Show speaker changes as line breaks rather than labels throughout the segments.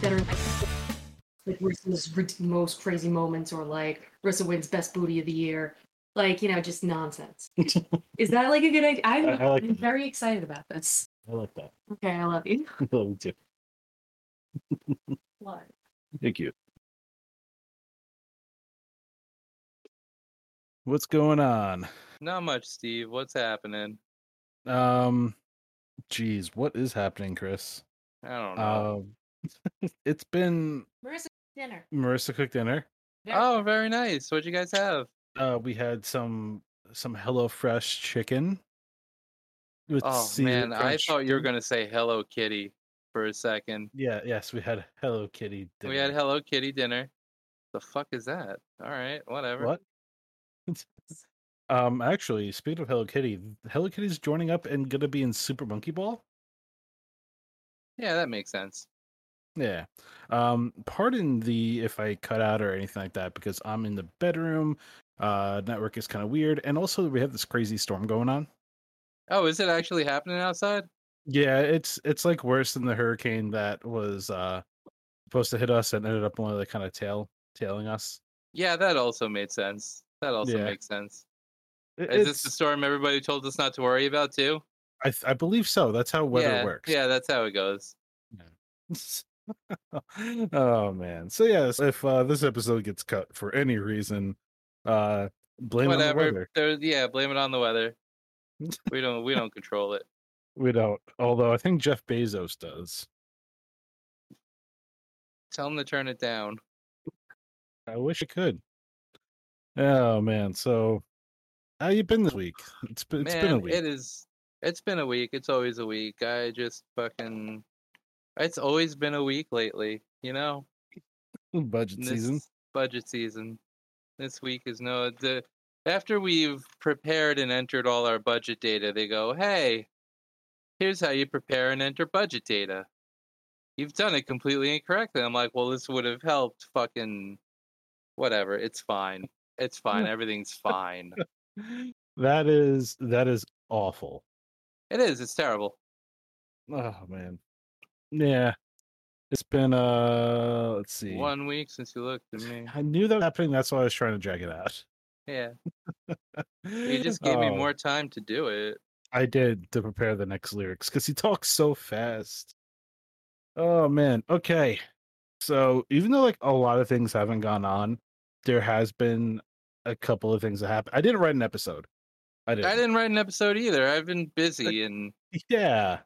that are like like Rissa's rid- most crazy moments or like Rissa wins best booty of the year. Like, you know, just nonsense. Is that like a good idea? I'm,
I- I like
I'm
that.
very excited about this.
I like that.
Okay, I love you.
I love you too.
What?
Thank you. What's going on?
Not much, Steve. What's happening?
Um, geez, what is happening, Chris?
I don't know.
Um, it's been
Marissa, dinner.
Marissa cooked dinner.
oh, very nice. What'd you guys have?
Uh, we had some some HelloFresh chicken. With
Oh
sea
man, I
French-
thought you were gonna say Hello Kitty for a second.
Yeah, yes, we had Hello Kitty. Dinner.
We had Hello Kitty dinner. The fuck is that? All right, whatever.
What? um, actually, speaking of Hello Kitty, Hello Kitty's joining up and gonna be in Super Monkey Ball.
Yeah, that makes sense.
Yeah. Um, pardon the if I cut out or anything like that because I'm in the bedroom. Uh, network is kind of weird, and also we have this crazy storm going on.
Oh, is it actually happening outside?
Yeah, it's it's like worse than the hurricane that was uh supposed to hit us and ended up only like kind of tail tailing us.
Yeah, that also made sense. That also
Yeah.
makes sense.
It-
Is this the
it's-
storm everybody told us not to worry about too?
I th- I believe so. That's how weather
yeah,
works.
Yeah, that's how it goes.
oh man. So yes, if uh, this episode gets cut for any reason, uh, blame it on the
Whatever.
weather.
There, yeah, blame it on the weather. we don't. We don't control it.
We don't. Although I think Jeff Bezos does.
Tell them to turn it down.
I wish I could. Oh man. So how you been this week? It's been it's
Man,
been a week.
it is. It's been a week. It's always a week. I just fucking. It's always been a week lately. You know,
Budget season.
This Budget season. This week is no the. After we've prepared and entered all our budget data, they go, "Hey, here's how you prepare and enter budget data." You've done it completely incorrectly. I'm like, "Well, this would have helped." Fucking, whatever. It's fine. It's fine. Everything's fine.
That is that is awful.
It is. It's terrible.
Oh man. Yeah. It's been uh let's see.
One week since you looked at me.
I knew that was happening, that's why I was trying to drag it out.
Yeah, you just gave me
Oh,
more time to do it.
I did to prepare the next lyrics because he talks so fast. Oh man. Okay. So even though like a lot of things haven't gone on, there has been a couple of things that happened. I didn't write an episode. I didn't.
I didn't write an episode either. I've been busy and
Yeah.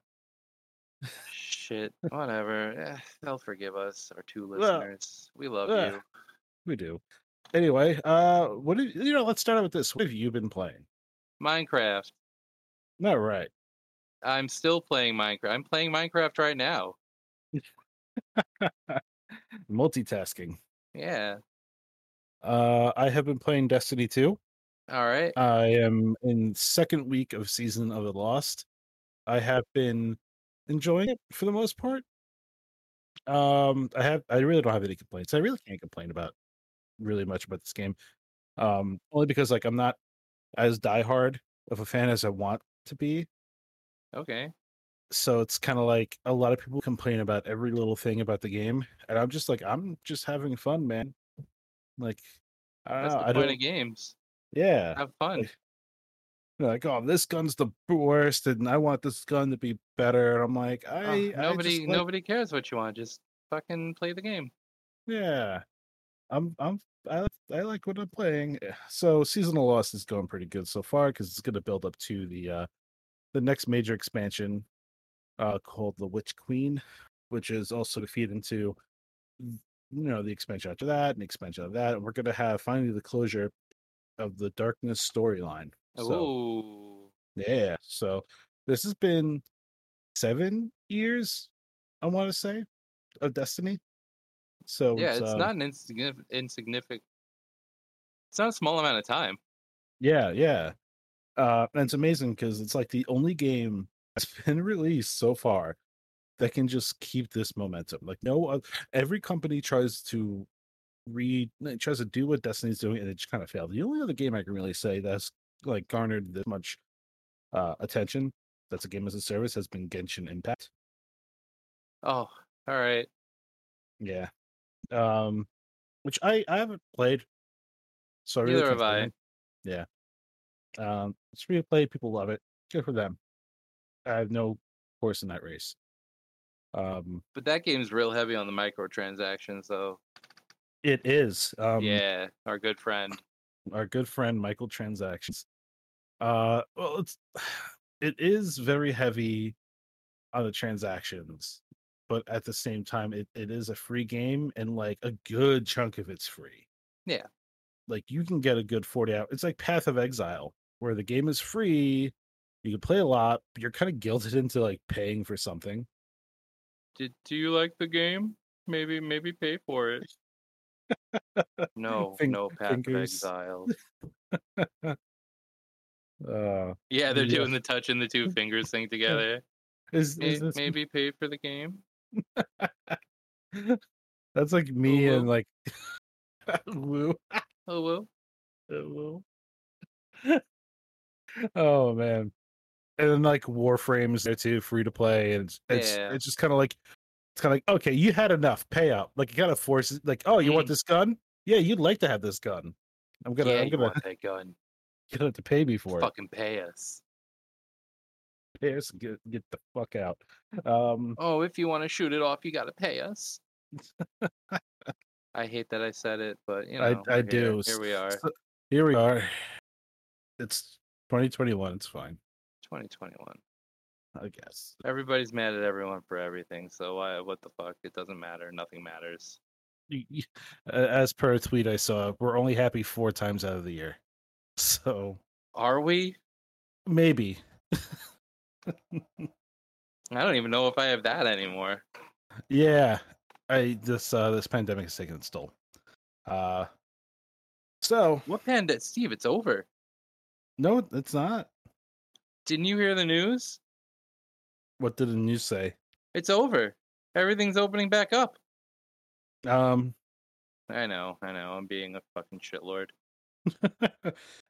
shit. Whatever. Eh, They'll forgive us, our two
Well,
listeners. We love
ugh.
you.
We do. Anyway, uh what have, you know, let's start out with this. What have you been playing?
Minecraft.
Not right.
I'm still playing Minecraft. I'm playing Minecraft right now.
Multitasking.
Yeah.
Uh I have been playing Destiny 2.
All right.
I am in second week of season of the Lost. I have been enjoying it for the most part. Um, I have I really don't have any complaints. I really can't complain about really much about this game. Um, only because like I'm not as diehard of a fan as I want to be.
Okay.
So it's kind of like a lot of people complain about every little thing about the game, and I'm just like I'm just having fun, man. Like I don't
That's
know,
the
I
point
don't.
of games.
Yeah.
Have fun.
They're like, oh, this gun's the worst, and I want this gun to be better. And I'm like, I,
Oh,
I
nobody,
just like-
nobody cares what you want. Just fucking play the game.
yeah, I'm, I'm, I, like- I like what I'm playing. eh, So seasonal loss is going pretty good so far because it's going to build up to the, uh the next major expansion, uh, called the Witch Queen, which is also to feed into, you know, the expansion after that and expansion of that, and we're going to have finally the closure of the Darkness storyline. So.
Ooh.
Yeah. So this has been seven years, I want to say, of Destiny. So
yeah, it's
uh,
not an insignificant, insignificant. It's not a small amount of time.
Yeah, yeah. Uh, and it's amazing because it's like the only game that's been released so far that can just keep this momentum. Like no, oth- every company tries to read, tries to do what Destiny's doing, and it just kind of failed. The only other game I can really say that's like garnered this much uh, attention that's a game as a service has been Genshin Impact.
Oh, all right.
Yeah. Um, which I I haven't played, so I really
Neither have I.
can't say anything. Yeah. Um, it's free to play. People love it. Good for them. I have no horse in that race. Um,
But that game's real heavy on the microtransactions, though.
it is. Um,
yeah, our good friend.
our good friend Michael Transactions. Uh, well, it's it is very heavy on the transactions, but at the same time, it, it is a free game, and like a good chunk of it's free.
Yeah.
like you can get a good forty hour. It's like Path of Exile, where the game is free. You can play a lot. But you're kind of guilted into like paying for something.
Did do you like the game? Maybe maybe pay for it. no,
Fing-
no Path of
fingers.
Exile.
Uh,
Yeah, they're
Yeah.
doing the touch and the two fingers thing together.
is,
May-
is this,
Maybe pay for the game.
that's like me
Hulu?
and like Lou.
Oh well.
Hello. oh man. And then like Warframes there too, free to play. And it's it's,
Yeah.
it's just kinda like it's kinda like, okay, you had enough, pay up. Like you gotta force it like, oh, you want
Mhm.
this gun? Yeah, you'd like to have this gun. I'm gonna
yeah,
I'm
you
gonna
want that gun?
you're gonna have to pay me for it.
Fucking pay us.
Pierce, get get the fuck out. Um
Oh, if you want to shoot it off, you gotta pay us. I hate that I said it, but you know
I- I
we're
do.
here. Here we are,
so- here we are. It's twenty twenty one, it's fine,
2021.
I guess.
Everybody's mad at everyone for everything, so why? What the fuck? It doesn't matter. Nothing matters.
y- y- a- as per a tweet I saw, we're only happy four times out of the year. So
Are we?
maybe
I don't even know if I have that anymore.
Yeah, I this uh this pandemic has taken its toll. Uh, so
What panda, Steve? It's over.
no, it's not.
Didn't you hear the news?
What did the news say?
It's over. Everything's opening back up.
Um,
I know, I know. I'm being a fucking shitlord.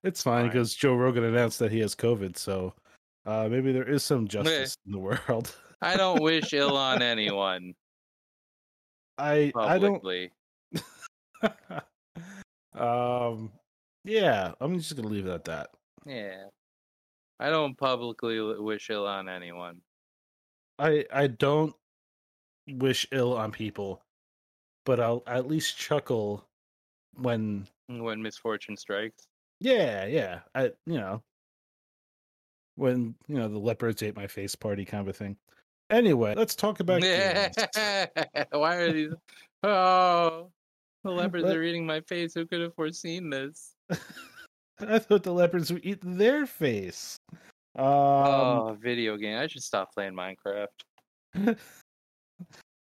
it's fine
Fine.
because Joe Rogan announced that he has COVID, so uh maybe there is some justice in the world.
I don't wish ill on anyone
I I don't.
publicly.
um, yeah, I'm just gonna leave it at that.
Yeah, I don't publicly l- wish ill on anyone.
I I don't wish ill on people, but I'll at least chuckle when
When misfortune strikes,
yeah, yeah. I you know when you know the leopards ate my face party kind of thing. Anyway, let's talk about games.
why are these? Oh, the leopards
Let-
are eating my face. Who could have foreseen this?
I thought the leopards would eat their face. Um,
oh, video game. I should stop playing Minecraft.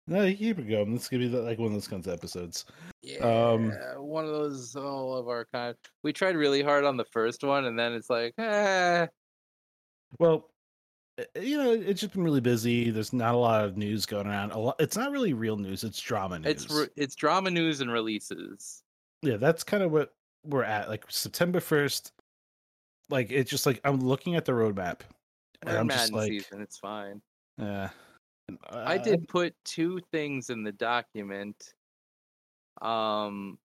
no, keep it going. This is gonna be like one of those kinds of episodes.
Yeah,
Um,
one of those all of our kind. We tried really hard on the first one, and then it's like, eh,
Well, uh, you know, it's just been really busy. There's not a lot of news going around. A lot. It's not really real news. It's drama news.
it's re- it's drama news and releases.
yeah, that's kind of what we're at. Like September first. Like it's just like I'm looking at the roadmap, and
We're in
I'm just
Madden
like,
season. It's fine.
yeah. Uh,
I did put two things in the document. Um,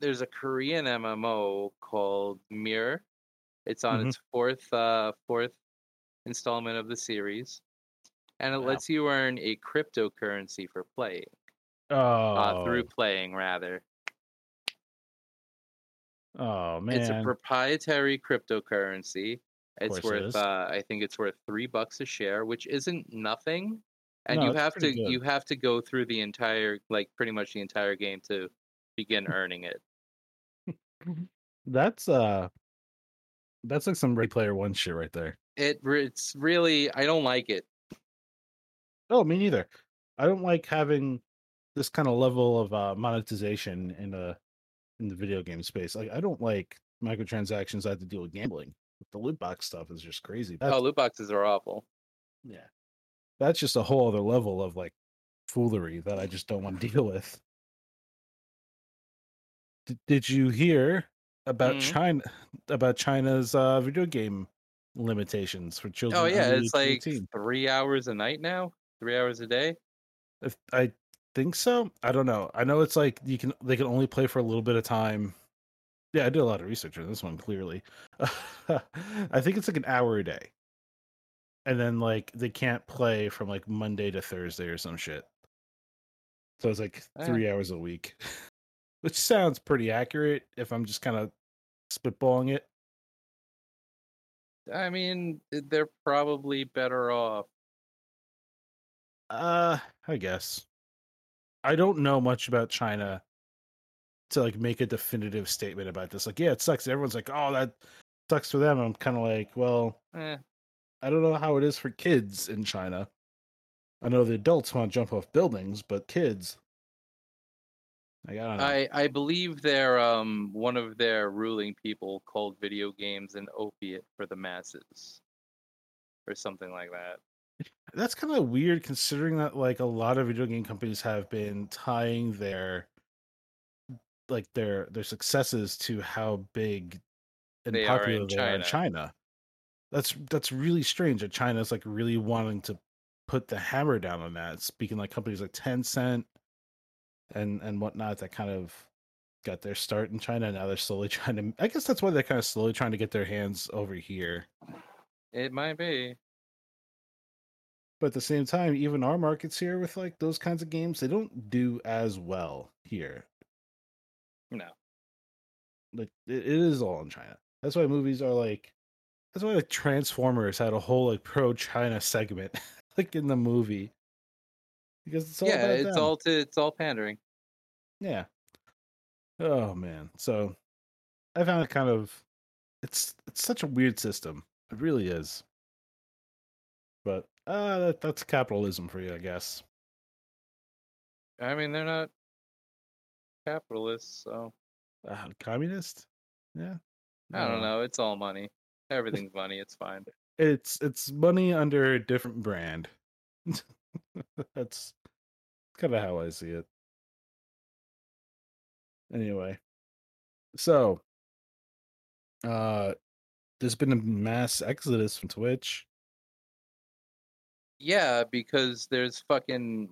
there's a Korean MMO called Mirror. It's on
Mhm.
its fourth uh, fourth installment of the series, and it
Wow.
lets you earn a cryptocurrency for playing
Oh,
uh, through playing rather.
oh man,
It's a proprietary cryptocurrency. It's
course it
worth
is.
uh, I think it's worth three bucks a share, which isn't nothing. And
No,
you
that's
have to
pretty good.
you have to go through the entire like pretty much the entire game to begin earning it.
that's uh, that's like some Ray Player One shit right there.
It re- it's really I don't like it.
Oh, me neither. I don't like having this kind of level of uh, monetization in the in the video game space. Like, I don't like microtransactions. I have to deal with gambling. The loot box stuff is just crazy. That's,
oh, loot boxes are awful.
yeah, that's just a whole other level of like foolery that I just don't want to deal with. D- did you hear about
Mhm.
China about China's uh, video game limitations for children?
Oh yeah,
under the age
it's
of
like
18?
three hours a night now, three hours a day.
If- I think so. I don't know. I know it's like you can they can only play for a little bit of time. Yeah, I did a lot of research on this one. Clearly, I think it's like an hour a day, and then like they can't play from like Monday to Thursday or some shit. So it's like
Ah.
three hours a week, which sounds pretty accurate if I'm just kind of spitballing it.
I mean, they're probably better off.
Uh, I guess. I don't know much about China to like make a definitive statement about this. Like, yeah, it sucks. Everyone's like, oh, that sucks for them. I'm kind of like, well,
Eh,
I don't know how it is for kids in China. I know the adults want to jump off buildings, but kids, like, I don't know.
I I believe their um one of their ruling people called video games an opiate for the masses, or something like that.
That's kind of weird considering that like a lot of video game companies have been tying their like their their successes to how big and
They are
popular
in
they are in
China.
China. That's that's really strange that China's like really wanting to put the hammer down on that. Speaking like companies like Tencent and and whatnot that kind of got their start in China. Now they're slowly trying to. I guess that's why they're kind of slowly trying to get their hands over here.
It might be.
But at the same time, even our markets here with like those kinds of games, they don't do as well here.
No.
Like it, it is all in China. That's why movies are like that's why like Transformers had a whole like pro China segment like in the movie. Because it's all
yeah,
about
it's
them.
all to, it's all pandering.
Yeah. Oh man. So I found it kind of it's it's such a weird system. It really is. But uh that, that's capitalism for you, I guess.
I mean, they're not capitalists, so
Uh, communist? Yeah. Uh,
I don't know. It's all money. Everything's money. It's fine.
It's it's money under a different brand. That's kind of how I see it. Anyway. So uh there's been a mass exodus from Twitch.
Yeah, because there's fucking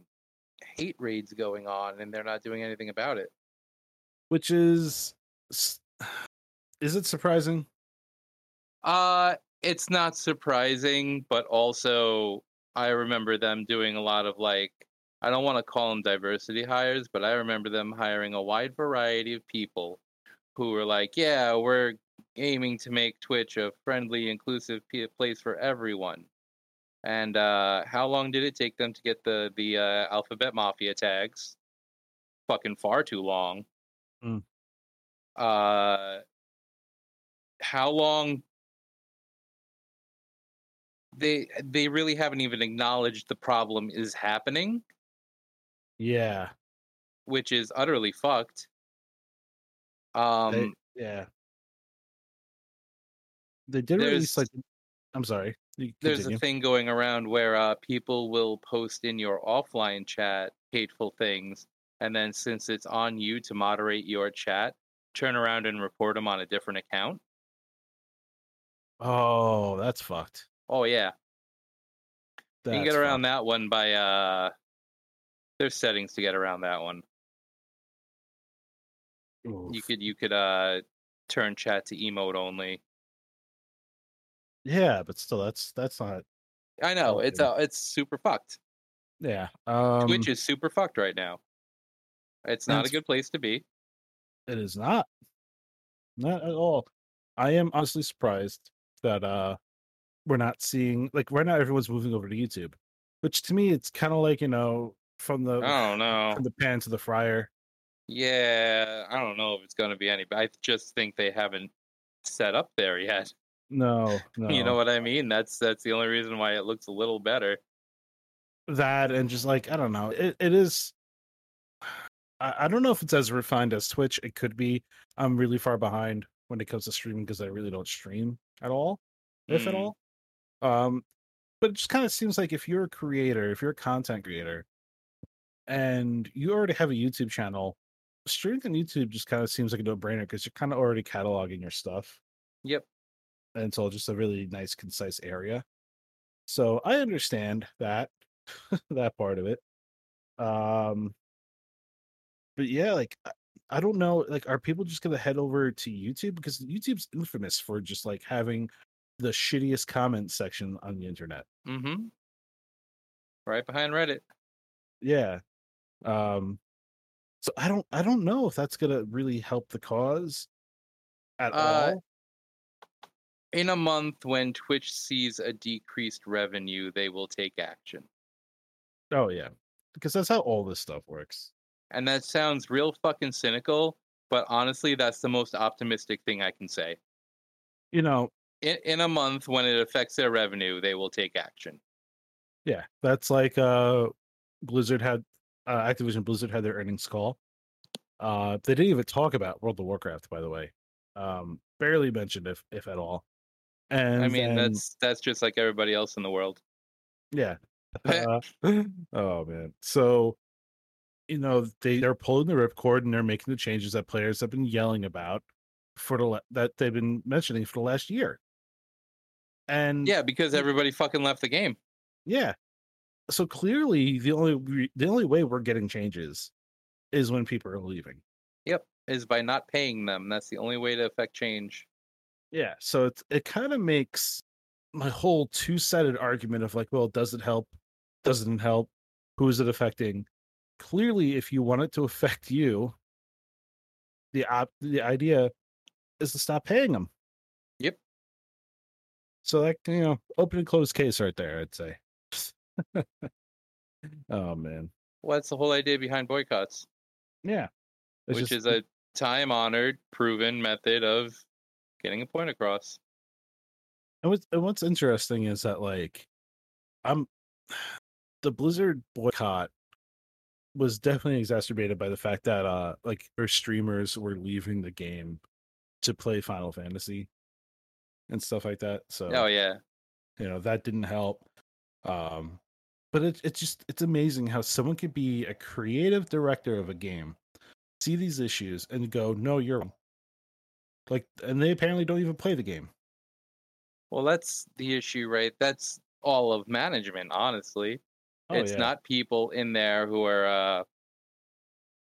hate raids going on, and they're not doing anything about it.
which is s- is it surprising
Uh, it's not surprising, but also I remember them doing a lot of like I don't want to call them diversity hires, but I remember them hiring a wide variety of people who were like, "Yeah, we're aiming to make Twitch a friendly, inclusive p- place for everyone." And uh, how long did it take them to get the the uh, alphabet mafia tags? Fucking far too long.
Mm.
Uh, how long they they really haven't even acknowledged the problem is happening,
yeah
which is utterly fucked. Um,
They- yeah they did release
there's-
like i'm sorry you
there's
continue.
a thing going around where uh, people will post in your offline chat hateful things, and then since it's on you to moderate your chat, turn around and report them on a different account.
oh that's fucked
Oh yeah, you can
That's
get around
fucked.
that one by uh, there's settings to get around that one. You
Oof.
could you could uh turn chat to emote only.
yeah but still that's that's not
I know it's
Okay.
uh, it's super fucked.
yeah um
Twitch is super fucked right now. It's not a
That's-
good place to be.
It is not. Not at all. I am honestly surprised that uh we're not seeing like right now everyone's moving over to YouTube. Which to me it's kinda like, you know, from the
I don't know.
from the pan to the fryer.
Yeah, I don't know if it's going to be any. I just think they haven't set up there yet.
No, no.
You know what I mean? That's that's the only reason why it looks a little better.
that and just like I don't know. It it is I, I don't know if it's as refined as Twitch. It could be. I'm really far behind when it comes to streaming because I really don't stream at all. if at
Mm.
all. Um, but it just kind of seems like if you're a creator, if you're a content creator, and you already have a YouTube channel, streaming on YouTube just kind of seems like a no-brainer because you're kind of already cataloging your stuff.
Yep.
And it's all just a really nice, concise area. So I understand that that part of it. Um, but yeah, like I- I don't know, like are people just gonna head over to YouTube because YouTube's infamous for just like having the shittiest comment section on the internet.
Mm-hmm. Right behind Reddit.
Yeah. Um. So I don't I don't know if that's gonna really help the cause at
Uh,
all.
In a month, when Twitch sees a decreased revenue, they will take action.
Oh yeah, because that's how all this stuff works.
And that sounds real fucking cynical, but honestly, that's the most optimistic thing I can say.
You know,
In, in a month, when it affects their revenue, they will take action.
Yeah, that's like uh Blizzard had uh, Activision Blizzard had their earnings call. Uh they didn't even talk about World of Warcraft by the way. Um barely mentioned if if at all. And
I mean,
then-
that's that's just like everybody else in the world.
yeah. Uh, oh man. So you know, they they're pulling the ripcord and they're making the changes that players have been yelling about for the la- that they've been mentioning for the last year. And
Yeah, because everybody fucking left the game.
Yeah. So clearly, the only re- the only way we're getting changes is when people are leaving.
Is by not paying them. That's the only way to affect change.
Yeah. So it's, it kind of makes my whole two sided argument of like, well, does it help? Doesn't it help? Who is it affecting? Clearly, if you want it to affect you, the op- the idea is to stop paying them.
Yep.
So that you know, open and closed case right there. I'd say. oh man.
Well, that's the whole idea behind boycotts,
Yeah. It's
which
just-
is a time honored, proven method of getting a point across.
And what's, and what's interesting is that like I'm the Blizzard boycott was definitely exacerbated by the fact that uh like our streamers were leaving the game to play Final Fantasy and stuff like that. So
Oh, yeah.
you know that didn't help. Um but it, it's just it's amazing how someone could be a creative director of a game, see these issues and go, no, you're wrong." like and they apparently don't even play the game.
Well, that's the issue, right? That's all of management, honestly.
Oh,
it's
yeah.
not people in there who are uh,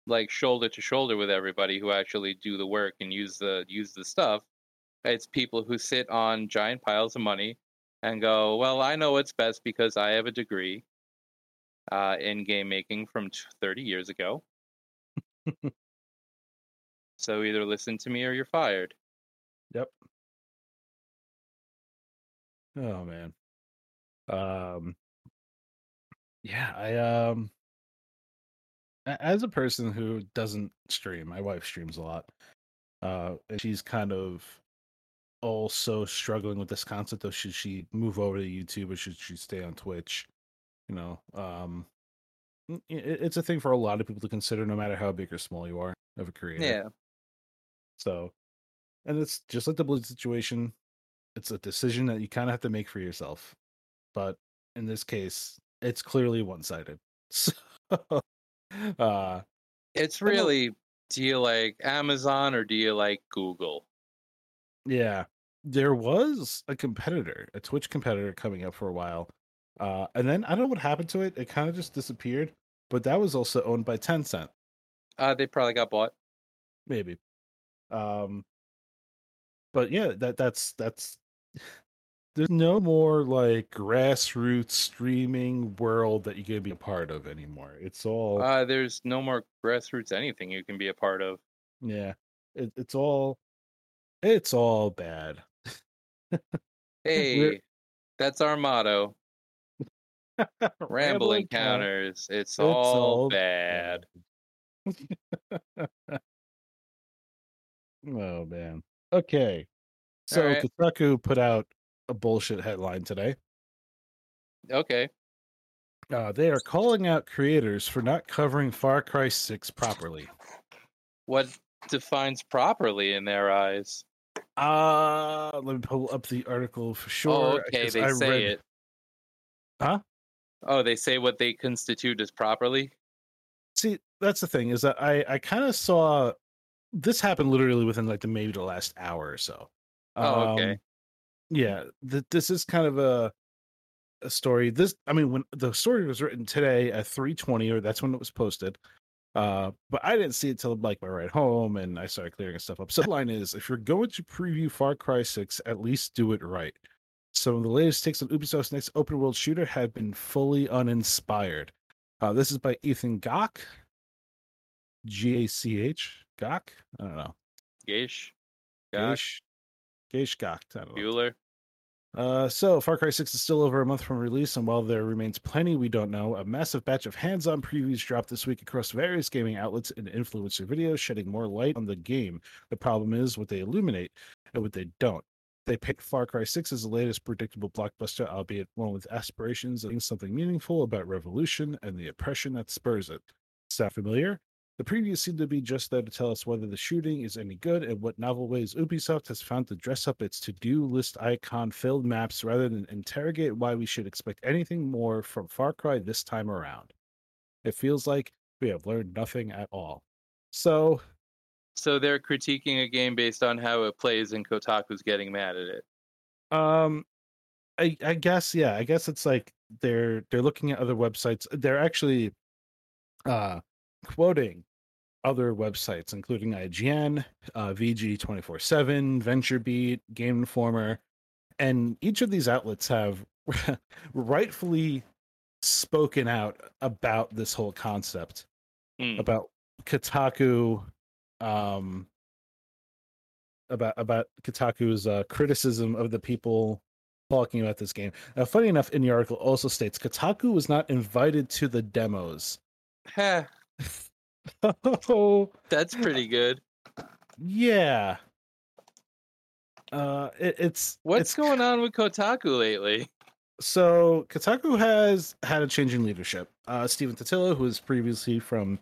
like shoulder to shoulder with everybody who actually do the work and use the use the stuff. It's people who sit on giant piles of money and go, "Well, I know what's best because I have a degree uh, in game making from t- 30 years ago." so either listen to me or you're fired.
Oh man. Um yeah, I um a- as a person who doesn't stream, my wife streams a lot. Uh and she's kind of also struggling with this concept of should she move over to YouTube or should she stay on Twitch? You know, um i- i- it's a thing for a lot of people to consider no matter how big or small you are of a creator.
yeah.
So, and it's just like the Blizzard situation. It's a decision that you kind of have to make for yourself. But in this case, it's clearly one sided. So, uh,
It's
know-
really do you like Amazon or do you like Google?
yeah, there was a competitor, a Twitch competitor coming up for a while. Uh, and then I don't know what happened to it. It kind of just disappeared. But that was also owned by Tencent,
Uh, they probably got bought.
maybe. Um, but yeah, that that's that's there's no more like grassroots streaming world that you can be a part of anymore. It's all
Uh, there's no more grassroots anything you can be a part of.
yeah, it, it's all it's all bad.
Hey,
We're-
that's our motto. Ramble
Ramble
encounters. It's, all,
all
bad.
oh man. Okay. So
right.
Kotaku put out a bullshit headline today.
Okay.
Uh, they are calling out creators for not covering Far Cry 6 properly.
What defines properly in their eyes?
Uh let me pull up the article for sure.
oh, okay.
'cause
They
I
say
read-
it.
Huh?
Oh, they say what they constitute as properly.
see that's the thing is that i i kind of saw this happened literally within like the maybe the last hour or so Um,
Oh, okay.
yeah th- this is kind of a a story this i mean when the story was written today at 320 or that's when it was posted Uh, but I didn't see it till like my ride home, and I started clearing stuff up. So the line is: if you're going to preview Far Cry 6, at least do it right. Some of the latest takes on Ubisoft's next open world shooter have been fully uninspired. Uh, this is by Ethan Gach, G A C H Gach. I don't know.
Gaish, Gach,
Gaish, Gaish Gach. I don't know.
Bueller.
Uh, so, Far Cry 6 is still over a month from release, and while there remains plenty we don't know, a massive batch of hands on previews dropped this week across various gaming outlets and influencer videos, shedding more light on the game. The problem is what they illuminate and what they don't. They picked Far Cry 6 as the latest predictable blockbuster, albeit one with aspirations of doing something meaningful about revolution and the oppression that spurs it. Sound familiar? The previews seem to be just there to tell us whether the shooting is any good and what novel ways Ubisoft has found to dress up its to do list icon filled maps rather than interrogate why we should expect anything more from Far Cry this time around. It feels like we have learned nothing at all. So,
So they're critiquing a game based on how it plays, and Kotaku's getting mad at it.
um, I, I guess, yeah, I guess it's like they're they're looking at other websites. They're actually uh, quoting other websites, including IGN, uh, VG 24 7, VentureBeat, Game Informer. And each of these outlets have rightfully spoken out about this whole concept
Hmm.
about Kotaku, um, about about Kotaku's uh, criticism of the people talking about this game. Now, funny enough, in the article also states Kotaku was not invited to the demos.
Heh,
oh,
that's pretty good.
yeah. Uh, it, it's
What's
it's,
going on with Kotaku lately?
So Kotaku has had a change in leadership. Uh, Steven Tatilla, who was previously from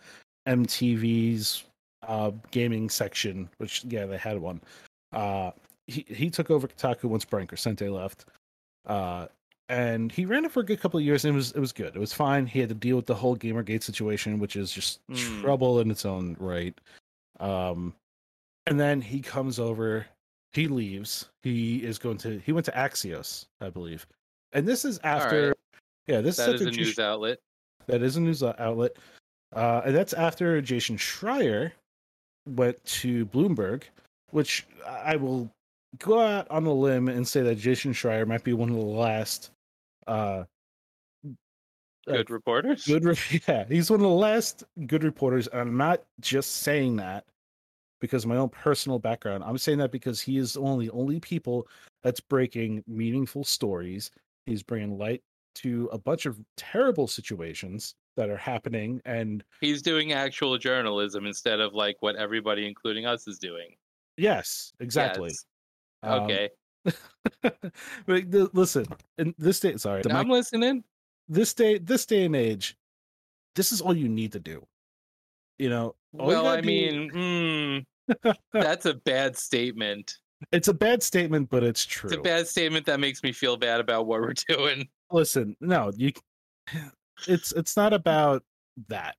MTV's uh, gaming section, which yeah they had one. Uh, he he took over Kotaku once Brian Crescente left, uh, and he ran it for a good couple of years, and it was it was good. It was fine. He had to deal with the whole GamerGate situation, which is just
Hmm.
trouble in its own right. Um, and then he comes over. He leaves. He is going to. He went to Axios, I believe. And this is after. Yeah, this
That is
after
a news
Jason-
outlet.
that is a news ou- outlet. Uh, and that's after Jason Schreier went to Bloomberg, which I I will go out on a limb and say that Jason Schreier might be one of the last uh, like,
Good reporters.
good. Re- yeah, he's one of the last good reporters. And I'm not just saying that because of my own personal background. I'm saying that because he is one of the only people that's breaking meaningful stories. He's bringing light to a bunch of terrible situations that are happening, and
He's doing actual journalism instead of like what everybody, including us, is doing.
Yes, exactly.
Yes.
Um,
Okay.
but the- listen, in this day, sorry, the
I'm
mic-
listening.
this day, this day and age, this is all you need to do. You know, all you
well,
gotta
I
be-
mean, mm, that's a bad statement.
it's a bad statement, but it's true.
It's a bad statement that makes me feel bad about what we're doing.
Listen, no, you. It's it's not about that.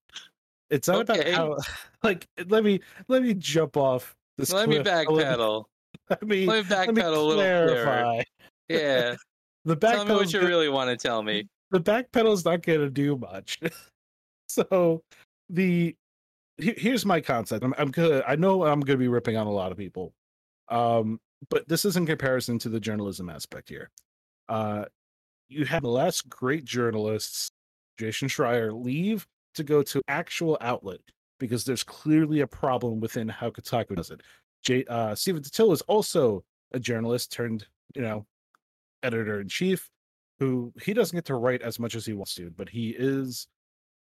It's not
Okay.
about how. Like, let me let me jump off this.
Let me
cliff. Let, me
backpedal. Let me
let me
backpedal a little clearer.
clarify.
Yeah.
The
tell me what
backpedal
you really want to tell me.
the back pedal's not going to do much. so the he- here's my concept. I'm, I'm gonna I know I'm gonna be ripping on a lot of people, um, but this is in comparison to the journalism aspect here. Uh, you had the last great journalists, Jason Schreier, leave to go to actual outlet because there's clearly a problem within how Kotaku does it. J, uh, Steven Tatilla is also a journalist turned, you know, editor in chief, who he doesn't get to write as much as he wants to, but he is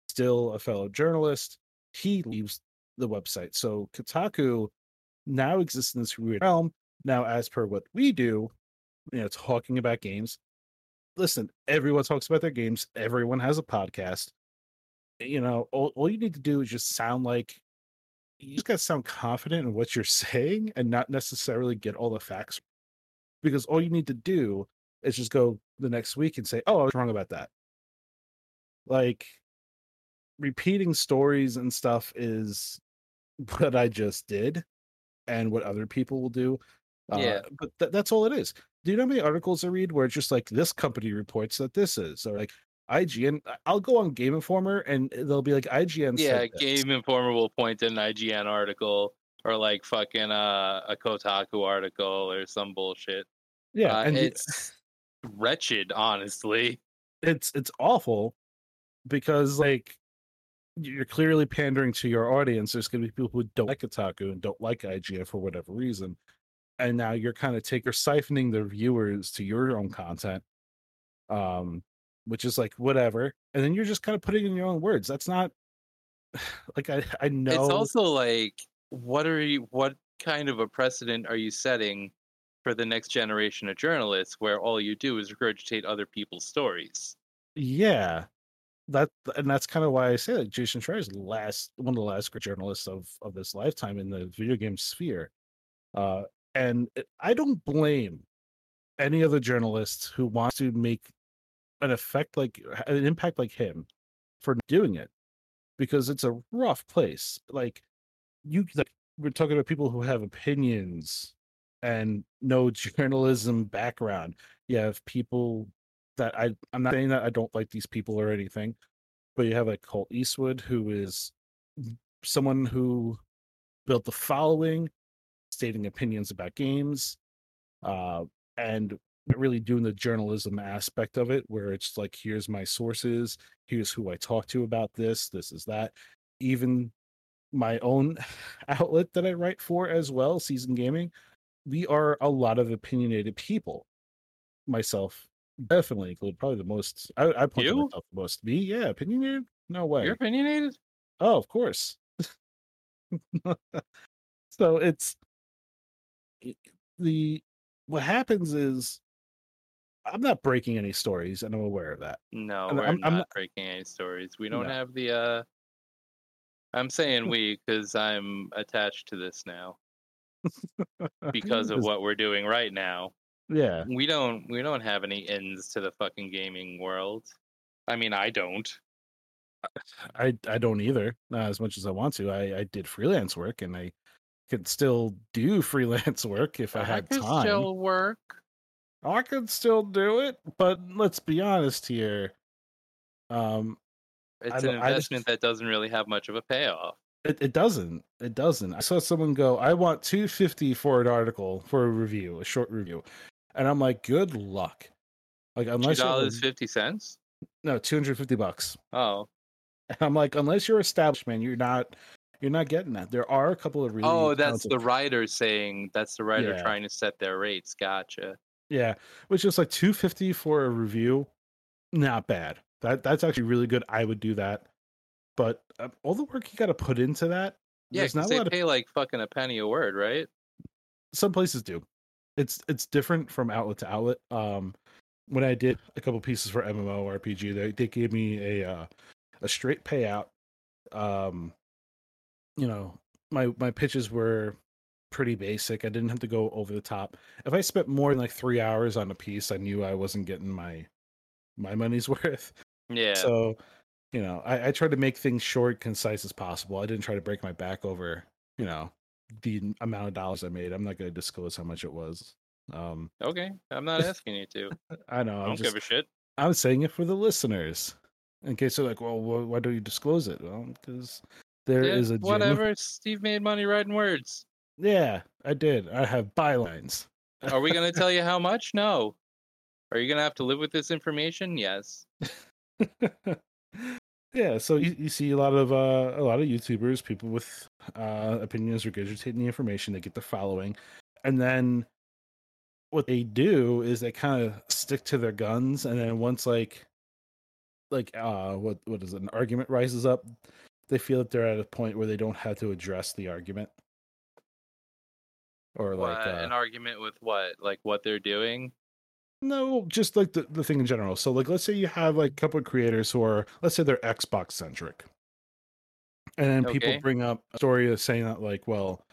still a fellow journalist. He leaves the website, so Kotaku now exists in this weird realm. Now, as per what we do, you know, talking about games. Listen, everyone talks about their games. Everyone has a podcast. You know, all, all you need to do is just sound like you just got to sound confident in what you're saying and not necessarily get all the facts. Because all you need to do is just go the next week and say, "Oh, I was wrong about that." Like repeating stories and stuff is what I just did, and what other people will do. uh,
Yeah.
but th- that's all it is. Do you know how many articles I read where it's just like this company reports that this is, or like IGN. I- I'll go on Game Informer and eh, they'll be like IGN.
yeah,
said this.
Game Informer will point to an IGN article or like fucking uh, a Kotaku article or some bullshit.
Yeah,
Uh,
and y-
it's wretched, honestly.
it's it's awful because like you're clearly pandering to your audience. There's going to be people who don't like Otaku and don't like IGN for whatever reason, and now you're kind of take you're siphoning the viewers to your own content, um, which is like whatever, and then you're just kind of putting in your own words. That's not like I I know
It's also like, what are you? What kind of a precedent are you setting for the next generation of journalists, where all you do is regurgitate other people's stories?
yeah that and that's kind of why i say that jason schreier is last one of the last great journalists of of this lifetime in the video game sphere uh and it- i don't blame any other journalist who wants to make an effect like h- an impact like him for doing it because it's a rough place like you like we're talking about people who have opinions and no journalism background you have people that I I'm not saying that I don't like these people or anything, but you have like Colt Eastwood, who is someone who built the following, stating opinions about games, uh, and really doing the journalism aspect of it, where it's like, here's my sources, here's who I talk to about this, this is that. Even my own outlet that I write for as well, Season Gaming, we are a lot of opinionated people, myself definitely include probably the most. I, I point to
You?
myself the most. Me, yeah, opinionated. No way.
You're opinionated.
Oh, of course. so it's it- the what happens is I'm not breaking any stories, and I'm aware of that.
No,
I'm-
we're
I'm-
not
I'm-
breaking any stories. We don't
No.
have the. uh I'm saying we because I'm attached to this now because of
It's-
what we're doing right now.
Yeah,
We don't. We don't have any ends to the fucking gaming world. I mean, I don't.
I I don't either. Not as much as I want to. I I did freelance work, and I could still do freelance work if I had
could
time.
still work.
I could still do it, but let's be honest here. Um,
It's an
don't- I just-
investment that doesn't really have much of a payoff.
It, it doesn't. It doesn't. I saw someone go, I want 250 for an article for a review, a short review. And I'm like, good luck. Like
Two
unless you're,
dollars fifty cents.
no, 250 bucks.
Oh,
And I'm like, unless you're establishment, you're not you're not getting that. There are a couple of really
oh, that's
talented-
the writer saying. That's the writer
Yeah.
trying to set their rates. Gotcha.
Yeah, which is like 250 for a review. Not bad. That that's actually really good. I would do that. But uh, all the work you got to put into that,
Yeah,
there's not
because
a
they
lot of
pay like fucking a penny a word, right?
some places do. It's it's different from outlet to outlet. Um, when I did a couple pieces for MMO RPG, they they gave me a uh, a straight payout. Um, you know, my my pitches were pretty basic. I didn't have to go over the top. If I spent more than like three hours on a piece, I knew I wasn't getting my my money's worth.
Yeah.
So, you know, I, I tried to make things short, concise as possible. I didn't try to break my back over, you know, the n- amount of dollars I made. I'm not going to disclose how much it was. Um,
okay, I'm not asking you to.
I know.
I
I'm,
don't
just,
give a shit.
I'm saying it for the listeners. In case they're like, well, wh- why don't you disclose it? Well, because there
Yeah,
is a genu-
whatever. Steve made money writing words.
Yeah, I did. I have bylines.
Are we gonna tell you how much? No. Are you gonna have to live with this information? Yes.
yeah, so you, you see a lot of uh, a lot of YouTubers, people with uh, opinions regurgitating the information. They get the following, and then what they do is they kind of stick to their guns. And then once like like uh, what what is it, an argument rises up, they feel that they're at a point where they don't have to address the argument, or like
What-
uh,
an argument with what? Like what they're doing?
no, just like the, the thing in general. So like let's say you have like a couple of creators who are let's say they're Xbox centric. And then people
Okay.
bring up a story of saying that like, well,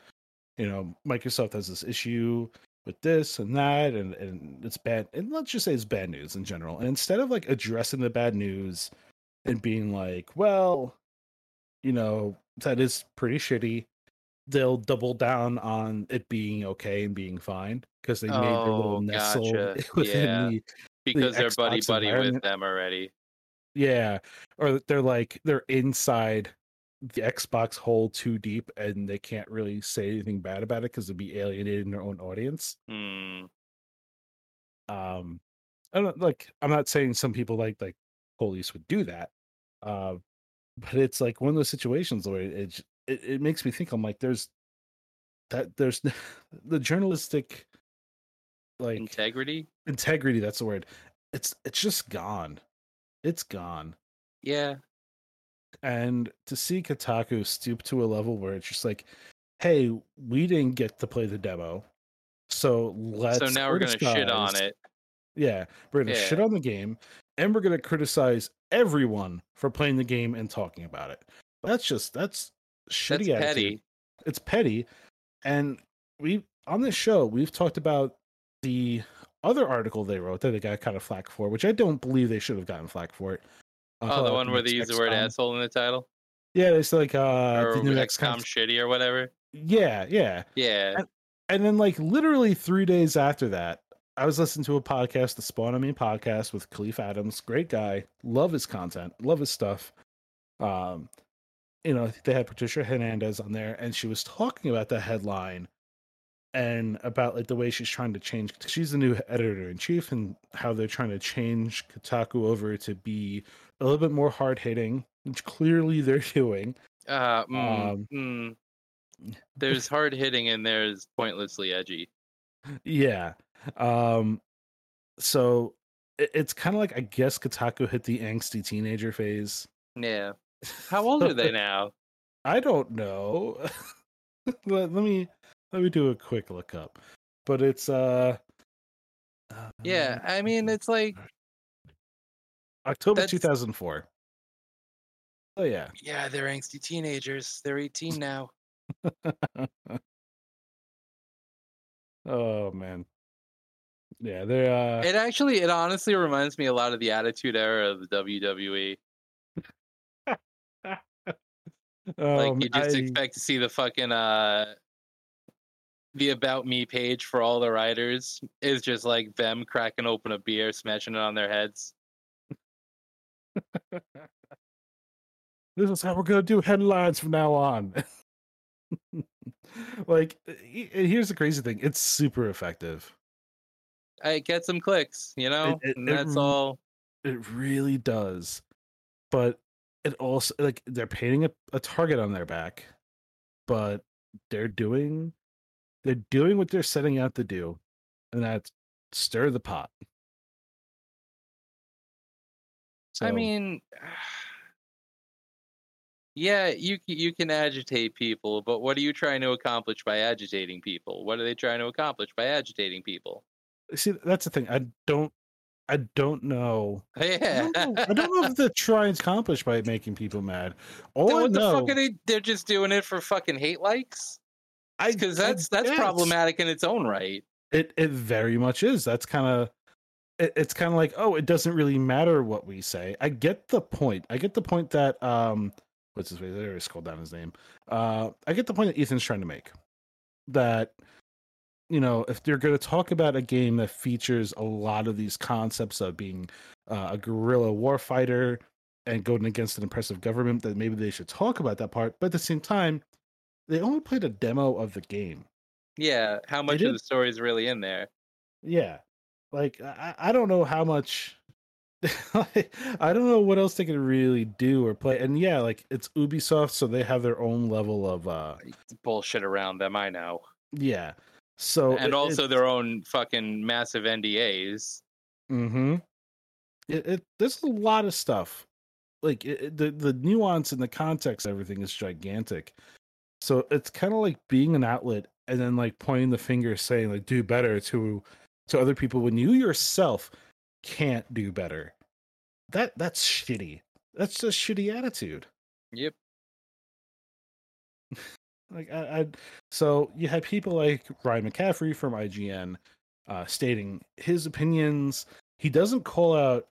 you know, Microsoft has this issue with this and that and, and it's bad and let's just say it's bad news in general. And instead of like addressing the bad news and being like, well, you know, that is pretty shitty, they'll double down on it being okay and being fine because they made their
Oh,
little nestle
gotcha.
within
Yeah.
the
because they're
Xbox
buddy buddy with
environment.
them already.
yeah, or that they're like they're inside the Xbox hole too deep, and they can't really say anything bad about it because they'd be alienating their own audience.
Hmm.
um i don't like i'm not saying some people like like police would do that uh but it's like one of those situations where it it, j- it, it makes me think i'm like there's that there's n- the journalistic like
Integrity.
integrity that's the word it's it's just gone it's gone
Yeah.
and to see Kotaku stoop to a level where it's just like, hey, we didn't get to play the demo, so let's.
so now we're gonna shit on
criticize-
it.
Yeah, we're gonna shit
Yeah.
on the game, and we're gonna criticize everyone for playing the game and talking about it. That's just that's
That's
shitty. attitude.
petty.
It's petty, and we on this show we've talked about the other article they wrote that they got kind of flack for, which I don't believe they should have gotten flack for it. Uh, I'll
Oh,
follow
the
up
one
on
where
this
they use the
next
word
time.
asshole in the title,
Yeah, it's like uh
or
the new
XCOM
XCOM.
shitty or whatever.
Yeah, yeah.
Yeah.
And then like literally three days after that, I was listening to a podcast, the Spawn on Me podcast with Khalif Adams, great guy, love his content, love his stuff. Um, you know, they had Patricia Hernandez on there, and she was talking about the headline and about like the way she's trying to change. She's the new editor in chief, and how they're trying to change Kotaku over to be a little bit more hard hitting, which clearly they're doing.
Uh, mm,
Um,
mm. There's hard hitting and there's pointlessly edgy.
Yeah. Um so it, it's kind of like I guess Kotaku hit the angsty teenager phase.
Yeah. How old are they now?
I don't know. let, let me let me do a quick look up. But it's uh uh,
Yeah. I mean, it's like,
October
that's-
2004. Oh yeah.
yeah, they're angsty teenagers. They're 18 now.
Oh man. Yeah, they're uh
It actually, it honestly reminds me a lot of the Attitude Era of the E, WWE. Like,
um,
you just
I-
expect to see the fucking, uh, the About Me page for all the writers is just like them cracking open a beer, smashing it on their heads.
this is how we're gonna do headlines from now on. like, he- and here's the crazy thing: it's super effective.
I get some clicks, you know?
it-
and
it
that's
rem-
all.
It really does, but it also like they're painting a, a target on their back, but they're doing they're doing what they're setting out to do, and that's stir the pot.
I
So,
mean, yeah, you c- you can agitate people, but what are you trying to accomplish by agitating people? What are they trying to accomplish by agitating people?
see, that's the thing. I don't, I don't know I
Yeah.
don't know- I don't know if they're trying to accomplish by making people mad. All I
what the
know,
fuck are they? They're just doing it for fucking hate likes.
I-
Because
I
that's that's
guess.
problematic in its own right.
It it very much is. That's kind of it, it's kind of like oh, it doesn't really matter what we say. I get the point. I get the point that um, what's his face? I already scrolled down his name. Uh, I get the point that Ethan's trying to make that you know if they're going to talk about a game that features a lot of these concepts of being uh, a guerrilla warfighter and going against an oppressive government, that maybe they should talk about that part. But at the same time, they only played a demo of the game.
Yeah, how much of
did-
the story is really in there?
Yeah. Like I, I I don't know how much I don't know what else they could really do or play. And yeah, like it's Ubisoft, so they have their own level of uh
It's bullshit around them, I know,
yeah. So
and also
their
their own fucking massive NDAs.
Mm-hmm. It, it there's a lot of stuff. Like it, it- the the nuance and the context, everything is gigantic. So it's kind of like being an outlet and then like pointing the finger, saying like, "Do better" to to other people when you yourself can't do better. That that's shitty. That's just shitty attitude.
Yep.
Like I, I so you had people like Ryan McCaffrey from IGN uh stating his opinions. He doesn't call out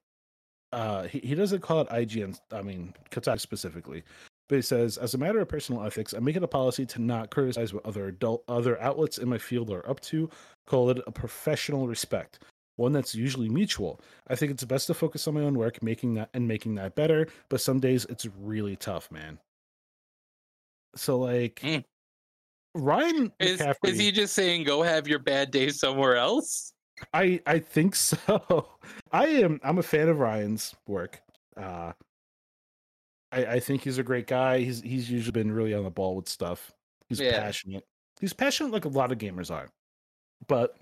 uh he, he doesn't call out IGN I mean Kotaku specifically. But he says, as a matter of personal ethics, I make it a policy to not criticize what other adult other outlets in my field are up to, call it a professional respect. one that's usually mutual. I think it's best to focus on my own work, making that and making that better. But some days it's really tough, man. So like
Mm.
Ryan
Is,
McCaffrey,
is he just saying go have your bad day somewhere else?
I I think so. I am I'm a fan of Ryan's work. Uh I I think he's a great guy. He's he's usually been really on the ball with stuff. He's
Yeah.
passionate. He's passionate like a lot of gamers are. But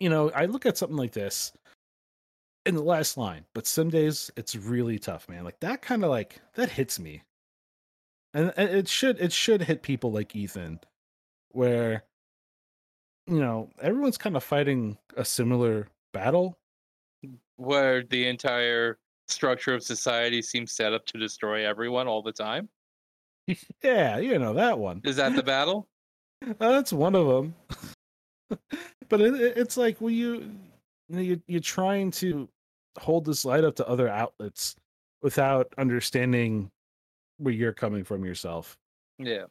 you know, I look at something like this in the last line, but some days it's really tough, man. Like that kind of like that hits me. And, and it should it should hit people like Ethan where you know, everyone's kind of fighting a similar battle.
Where the entire structure of society seems set up to destroy everyone all the time?
Yeah, you know that one.
Is that the battle?
That's one of them. but it, it- it's like, well, you, you know, you're, you're trying to hold this light up to other outlets without understanding where you're coming from yourself.
Yeah.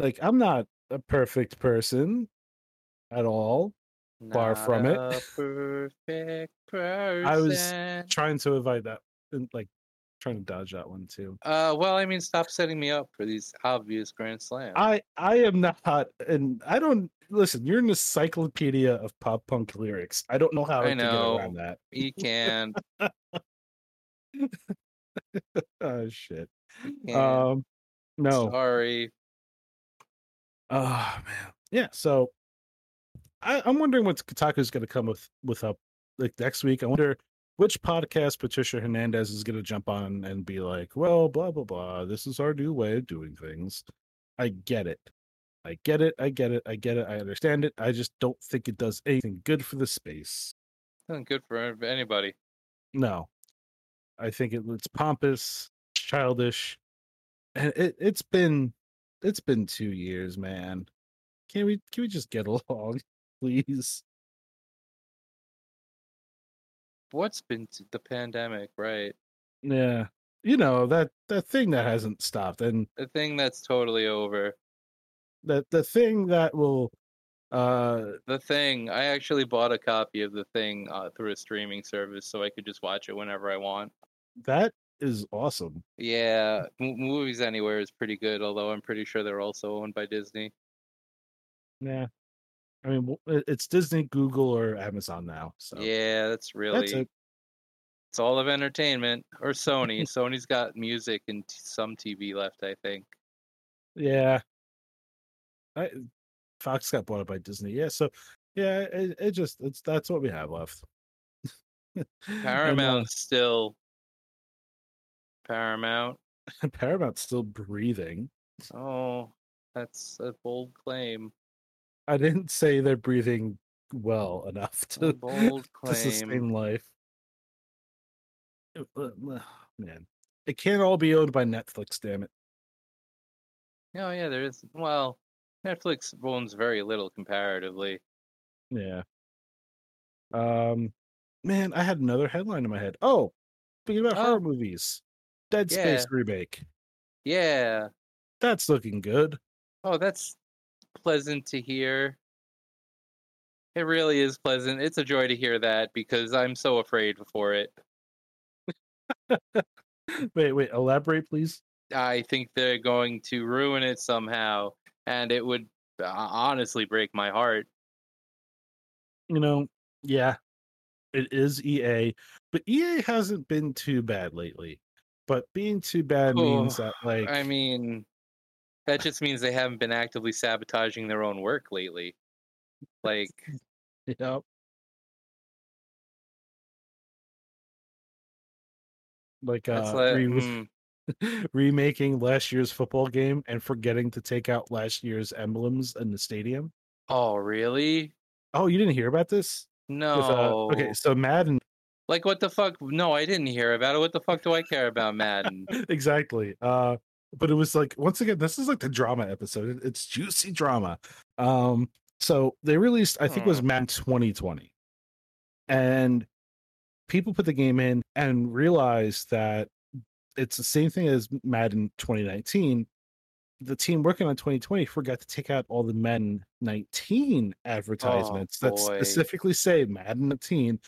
Like, I'm not a perfect person at all. Far from it.
Not a perfect person.
was Trying to avoid that, and like, trying to dodge that one too.
Uh, well, I mean, stop setting me up for these obvious grand slams.
I I am not, and I don't listen. You're an encyclopedia of pop punk lyrics. I don't know how
I
to get
know.
around that.
He can.
Oh shit.
he can.
Um, no.
Sorry.
Oh man. Yeah. So I, I'm wondering what Kotaku's going to come with with up like next week. I wonder which podcast Patricia Hernandez is going to jump on and be like, "Well, blah blah blah. This is our new way of doing things." I get it. I get it. I get it. I get it. I understand it. I just don't think it does anything good for the space.
Not good for an- anybody.
No, I think it, it's pompous, childish, and it, it's been it's been two years, man. Can we can we just get along, please?
What's been t- the pandemic, right?
Yeah, you know that that thing that hasn't stopped, and
The thing that's totally over.
that the thing that will, uh,
The thing. I actually bought a copy of the thing uh, through a streaming service, so I could just watch it whenever I want.
that is awesome.
Yeah, M- movies anywhere is pretty good. Although I'm pretty sure they're also owned by Disney.
Yeah, I mean w- it- it's Disney, Google, or Amazon now. So
Yeah, that's really.
Oh. that's it.
It's all of entertainment or Sony. Sony's got music and t- some TV left, I think.
Yeah. I Fox got bought up by Disney. Yeah, so yeah, it, it just it's that's what we have left. And, uh,
Paramount's still Paramount.
Paramount's still breathing.
Oh, that's a bold claim.
I didn't say they're breathing well enough
A
to,
bold
to
claim.
sustain life. Uh, uh, uh, Man, it can't all be owned by Netflix. Damn it!
Oh yeah, there is. Well, Netflix owns very little comparatively.
Yeah. Um, man, I had another headline in my head. Oh, speaking about
Oh.
horror movies, Dead Space
Yeah.
remake.
Yeah.
That's looking good.
Oh, that's pleasant to hear. It really is pleasant. It's a joy to hear that because I'm so afraid for it.
Wait, wait, elaborate, please.
I think they're going to ruin it somehow, and it would uh, honestly break my heart.
You know, yeah, it is EA, but EA hasn't been too bad lately. But being too bad means
Oh,
that, like,
I mean, that just means they haven't been actively sabotaging their own work lately. Like,
you know, like
that's
uh,
like,
re-
mm,
remaking last year's football game and forgetting to take out last year's emblems in the stadium.
oh, really?
Oh, you didn't hear about this?
No.
With, uh, okay, so Madden
Like, what the fuck? No, I didn't hear about it. What the fuck do I care about Madden?
exactly uh but it was like once again this is like the drama episode It- it's juicy drama um so they released i think it was
Hmm.
madden 2020 and people put the game in and realized that it's the same thing as madden 2019 the team working on 2020 forgot to take out all the Madden 19 advertisements that
Oh, boy.
specifically say Madden 19.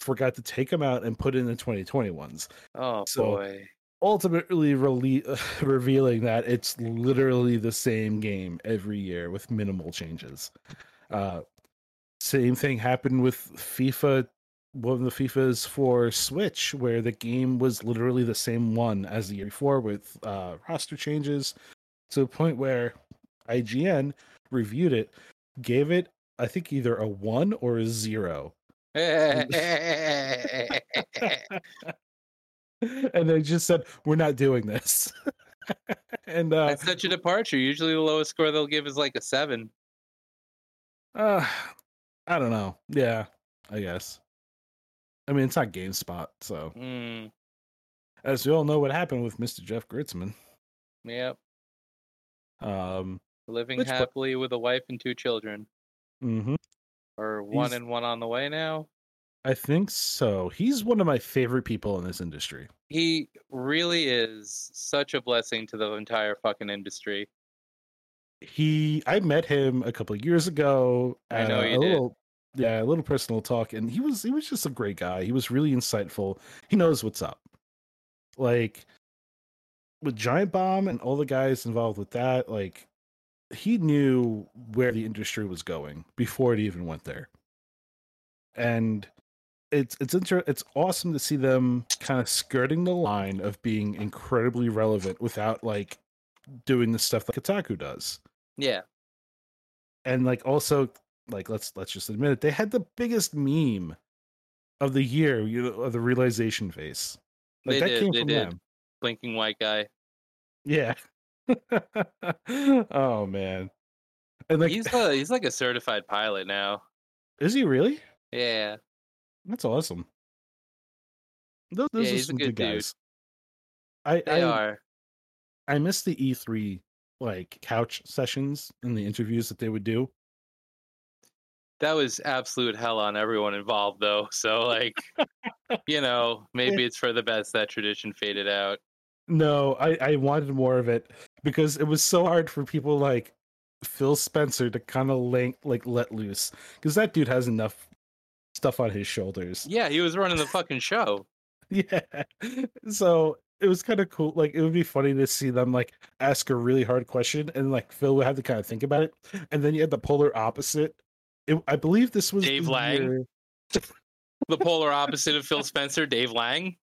Forgot to take them out and put in the 2020 ones,
Oh
So-
boy.
ultimately rele- revealing that it's literally the same game every year with minimal changes. Uh, same thing happened with FIFA, one of the FIFAs for Switch, where the game was literally the same one as the year before with uh, roster changes to the point where IGN reviewed it, gave it, I think, either a one or a zero.
That's
and they just said, We're not doing this. and uh,
such a departure. Usually the lowest score they'll give is like a seven.
Uh, I don't know. Yeah, I guess. I mean, it's not GameSpot, so
Hmm.
as we all know, what happened with Mr. Jeff Gritzman.
Yep.
Um,
Living
Which part?
happily with a wife and two children.
mhm.
Or one
He's-
and one on the way now.
I think so. He's one of my favorite people in this industry.
He really is such a blessing to the entire fucking industry.
He, I met him a couple of years ago.
I know
at
you did.
little, yeah, a little personal talk, and he was he was just a great guy. He was really insightful. He knows what's up. Like with Giant Bomb and all the guys involved with that, like he knew where the industry was going before it even went there. And it's it's inter- it's awesome to see them kind of skirting the line of being incredibly relevant without like doing the stuff that Kotaku does.
Yeah.
And like also like let's let's just admit it, they had the biggest meme of the year, you know, of the realization face. Like
They
that
did,
came
they
from
did.
them.
Blinking white guy.
Yeah. oh man. And like
he's a, he's like a certified pilot now.
is he really?
Yeah.
That's awesome. Those, those
Yeah,
are
he's a
some
good
good,
dude.
guys. I
They
I,
are.
I miss the E3 like couch sessions and the interviews that they would do.
That was absolute hell on everyone involved though. So like you know, maybe it's for the best that tradition faded out.
No, I, I wanted more of it because it was so hard for people like Phil Spencer to kind of link like let loose because that dude has enough stuff on his shoulders.
Yeah, he was running the fucking show.
Yeah. So it was kind of cool. Like it would be funny to see them like ask a really hard question and like Phil would have to kind of think about it. And then you had the polar opposite. It, I believe this was
Dave
the
Lang?
year-
The polar opposite of Phil Spencer, Dave Lang.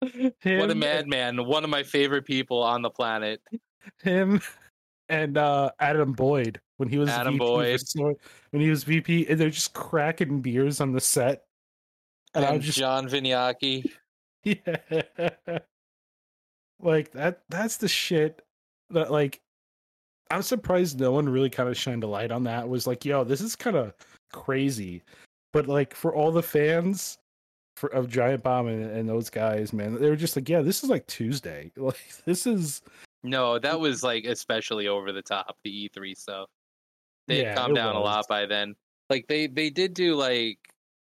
What a
Him-
madman. One of my favorite people on the planet.
him and uh Adam Boyd when he was
Adam
VP for
Boyd.
Sony- when he was VP and they're just cracking beers on the set. And, I'm
And
just
John Vignacchi.
yeah. like that that's the shit that like I'm surprised no one really kind of shined a light on that. Was like, yo, this is kind of crazy. But like for all the fans for of Giant Bomb and, and those guys, man, they were just like, yeah, this is like Tuesday. Like this is
No,
Mm.
that was like especially over the top, the E3 stuff. They
Yeah,
had calmed
it
down a
was.
lot by then. Like they they did do like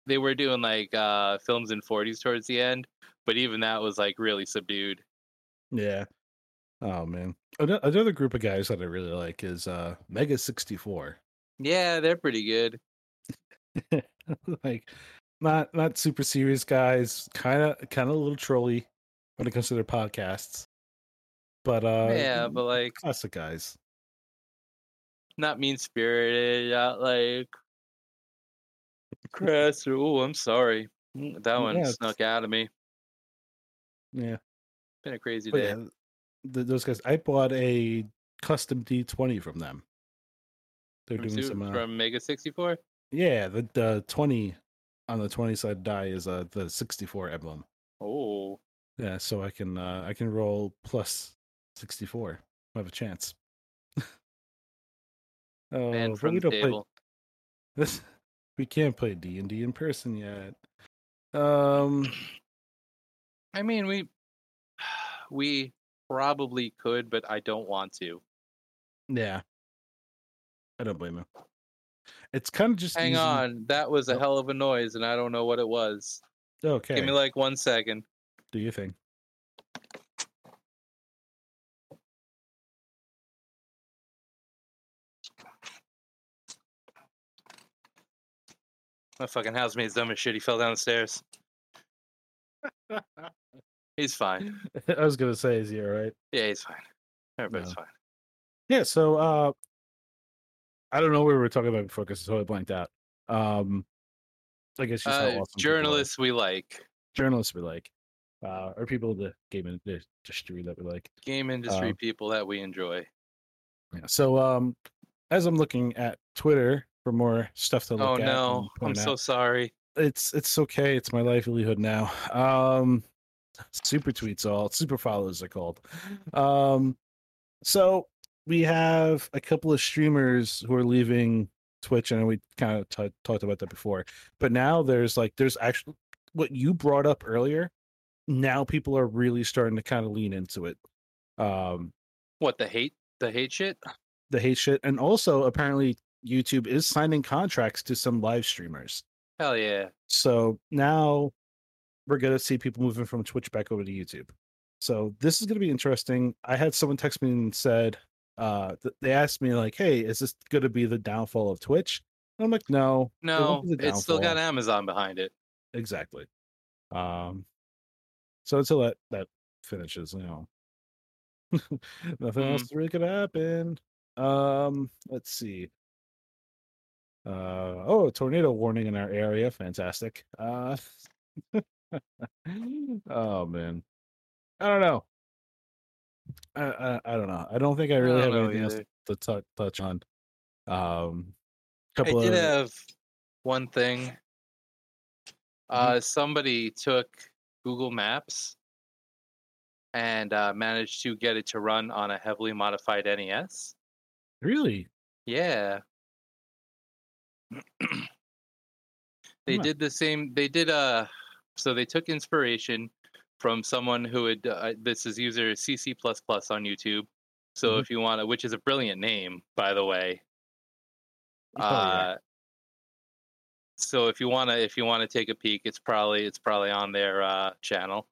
they were doing like uh films in 40s towards the end, but even that was like really subdued.
Yeah. Oh man. Ano- Another group of guys that I really like is uh Mega 64.
Yeah, they're pretty good.
like not not super serious guys, kind of kind of a little trolly when it comes to their podcasts. But uh
yeah, but like
classic guys.
not mean spirited, not like crass. Oh, I'm sorry. Mm, That one
Yeah, it's-
snuck out of me.
Yeah.
Been a crazy
But
day.
yeah, th- those guys I bought a custom D20 from them. They're
From,
doing
Su-
some uh,
from Mega 64?
Yeah, the, the 20 on the 20 side die is uh the 64 emblem.
Oh,
Yeah, so I can uh, I can roll plus sixty four. I have a chance. oh,
man
but
from
we
the
don't play
table.
this. We can't play D and D in person yet. Um,
I mean, we we probably could, but I don't want to.
yeah, I don't blame him. It's kind of just
Hang
easy-
on, that was a
Nope.
hell of a noise, and I don't know what it was.
Okay,
Give me like one second.
do you think?
My fucking housemate's dumb as shit. He fell down the stairs. He's fine.
I was gonna say, is he all right?
Yeah, he's fine. Everybody's
No.
fine.
Yeah, so uh I don't know what we were talking about before because I totally blanked out. Um I guess just how
Uh,
awesome people are.
journalists we like.
journalists we like. Uh or people in the game in the industry that we like.
Game industry
Um,
people that we enjoy.
Yeah. So um as I'm looking at Twitter for more stuff to look
Oh
at.
no,
and
I'm
point out,
so sorry.
it's it's okay. It's my livelihood now. Um, super tweets all super follows are called. Um, so we have a couple of streamers who are leaving Twitch, and we kind of t- talked about that before. But now there's like there's actually what you brought up earlier. Now people are really starting to kind of lean into it. Um,
What the hate? The hate shit?
the hate shit, and also apparently YouTube is signing contracts to some live streamers.
Hell yeah.
So now we're going to see people moving from Twitch back over to YouTube. So this is going to be interesting. I had someone text me and said, uh, th- they asked me, like, hey, is this going to be the downfall of Twitch? And I'm like, no, it
No,
won't be the
it's still got
downfall."
Amazon behind it.
exactly. Um, so until that, that finishes, you know, nothing
Mm-hmm.
else is really going to happen. Um, let's see. Uh, oh, a tornado warning in our area. Fantastic. Uh, oh man, I don't know. I, I I don't know. I don't think I really
I
have
don't know
anything else
either.
to touch touch on. Um,
I
couple of
did
Mm-hmm.
have one thing. Uh, somebody took Google Maps and uh, managed to get it to run on a heavily modified E NES.
really
Yeah. they
Huh.
did the same. They did uh so they took inspiration from someone who had uh, this is user CC++ on YouTube. So
Mhm.
if you want to, which is a brilliant name by the way.
Oh, yeah.
Uh so if you want to if you want to take a peek, it's probably it's probably on their uh channel.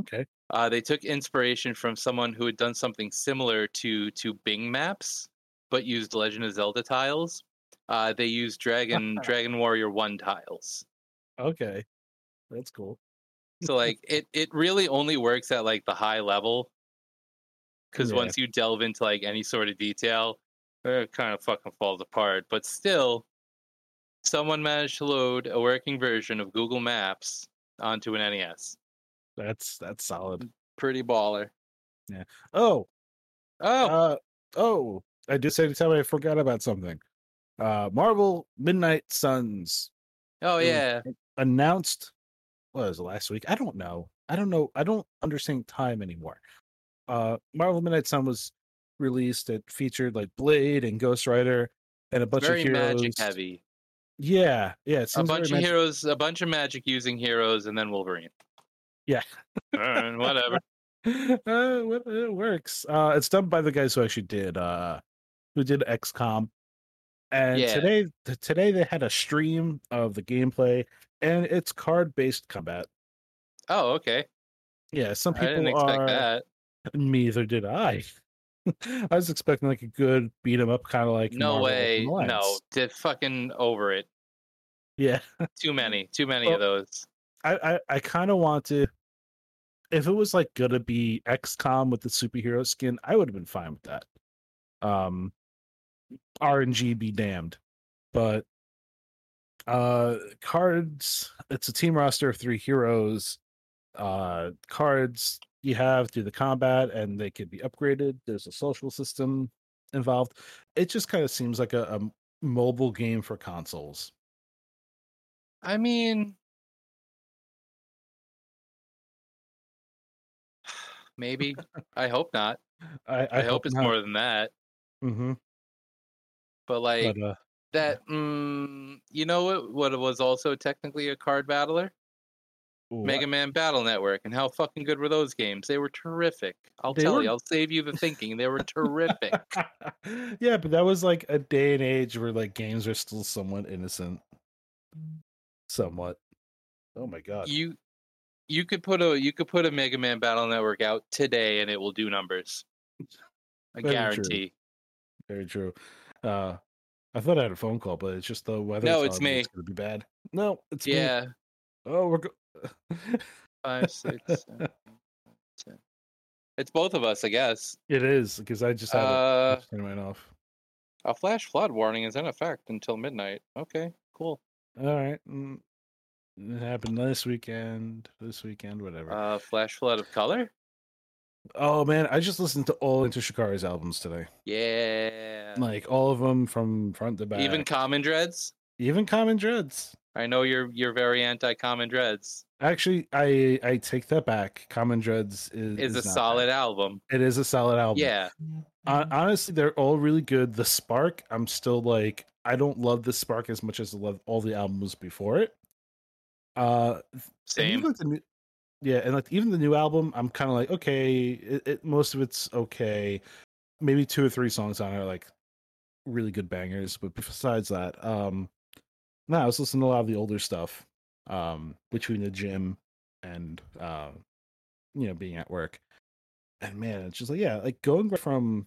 okay.
Uh, they took inspiration from someone who had done something similar to to Bing Maps, but used Legend of Zelda tiles. Uh, they used
Uh-huh.
Dragon Dragon Warrior One tiles.
Okay, that's cool.
So like it it really only works at like the high level, because
Yeah.
once you delve into like any sort of detail, it kind of fucking falls apart. But still, someone managed to load a working version of Google Maps onto an NES.
That's that's
Mm-hmm.
solid.
Pretty baller.
Oh,
Oh,
Uh, oh, I did say to tell you I forgot about something. Uh, Marvel Midnight Suns
oh
it was-
yeah.
announced what was it, last week? I don't know. I don't know. I don't understand time anymore. Uh, Marvel Midnight Sun was released. It featured like Blade and Ghost Rider and a bunch
Very
of heroes.
magic heavy.
Yeah, yeah. It
a
seems very
bunch of
magic-
heroes, a bunch of magic using heroes, and then Wolverine.
Yeah.
Alright, whatever.
uh, well, it works. Uh, it's done by the guys who actually did uh, who did XCOM, and
Yeah.
today t- today they had a stream of the gameplay, and it's card based combat.
Oh, okay.
Yeah, some
I didn't
people
expect
are.
that.
Neither did I. I was expecting like a good beat 'em up, kind of like
No
Marvel Ultimate
way. No,
Alliance.
did fucking over it.
Yeah,
Too many. Too many
Well-
of those.
I I, I kind of wanted. If it was like gonna be XCOM with the superhero skin, I would have been fine with that. Um, RNG be damned, but uh, cards. It's a team roster of three heroes. Uh, cards you have through the combat, and they could be upgraded. There's a social system involved. It just kind of seems like a, a m- mobile game for consoles.
I mean, maybe. I hope not.
I, I,
I, hope, it's
not.
more than that.
Mhm,
But like
but, uh,
that. Mm, you know what? What was also technically a card battler.
ooh, I-
Mega Man Battle Network and how fucking good were those games? They were terrific. I'll
They
tell
were-
you, I'll save you the thinking. They were terrific.
yeah, but that was like a day and age where like games are still somewhat innocent. Somewhat. Oh my god.
You you could put a you could put a Mega Man Battle Network out today and it will do numbers.
Very
I
true.
guarantee.
Very true. Uh I thought I had a phone call, but it's just the weather.
No,
telling
it's
It's
me.
gonna be bad. No, it's me.
yeah,
Oh, we're. Go-
five, six, seven, eight, ten. It's both of us, I guess.
it is because I just had
Uh,
it. Turn mine off.
a flash flood warning is in effect until midnight. Okay, cool.
All right. mm, It happened last weekend. This weekend, whatever.
Uh, flash flood of color.
oh man, I just listened to all Into Shikari's albums today.
Yeah.
Like all of them from front to back.
Even common dreads.
even Common Dreads.
I know you're you're very anti common dreads.
Actually, I I take that back. Common Dreads is
Is a
not bad.
solid album.
It is a solid album.
Yeah.
Hon- honestly, they're all really good. The Spark, I'm still like, I don't love the Spark as much as I love all the albums before it. Uh, and even
Same.
like the new- yeah, and like even the new album, I'm kind of like, okay, it, it, most of it's okay. Maybe two or three songs on it are like really good bangers, but besides that, um, no, I was listening to a lot of the older stuff, um, between the gym and uh, you know, being at work. And man, it's just like yeah, like going from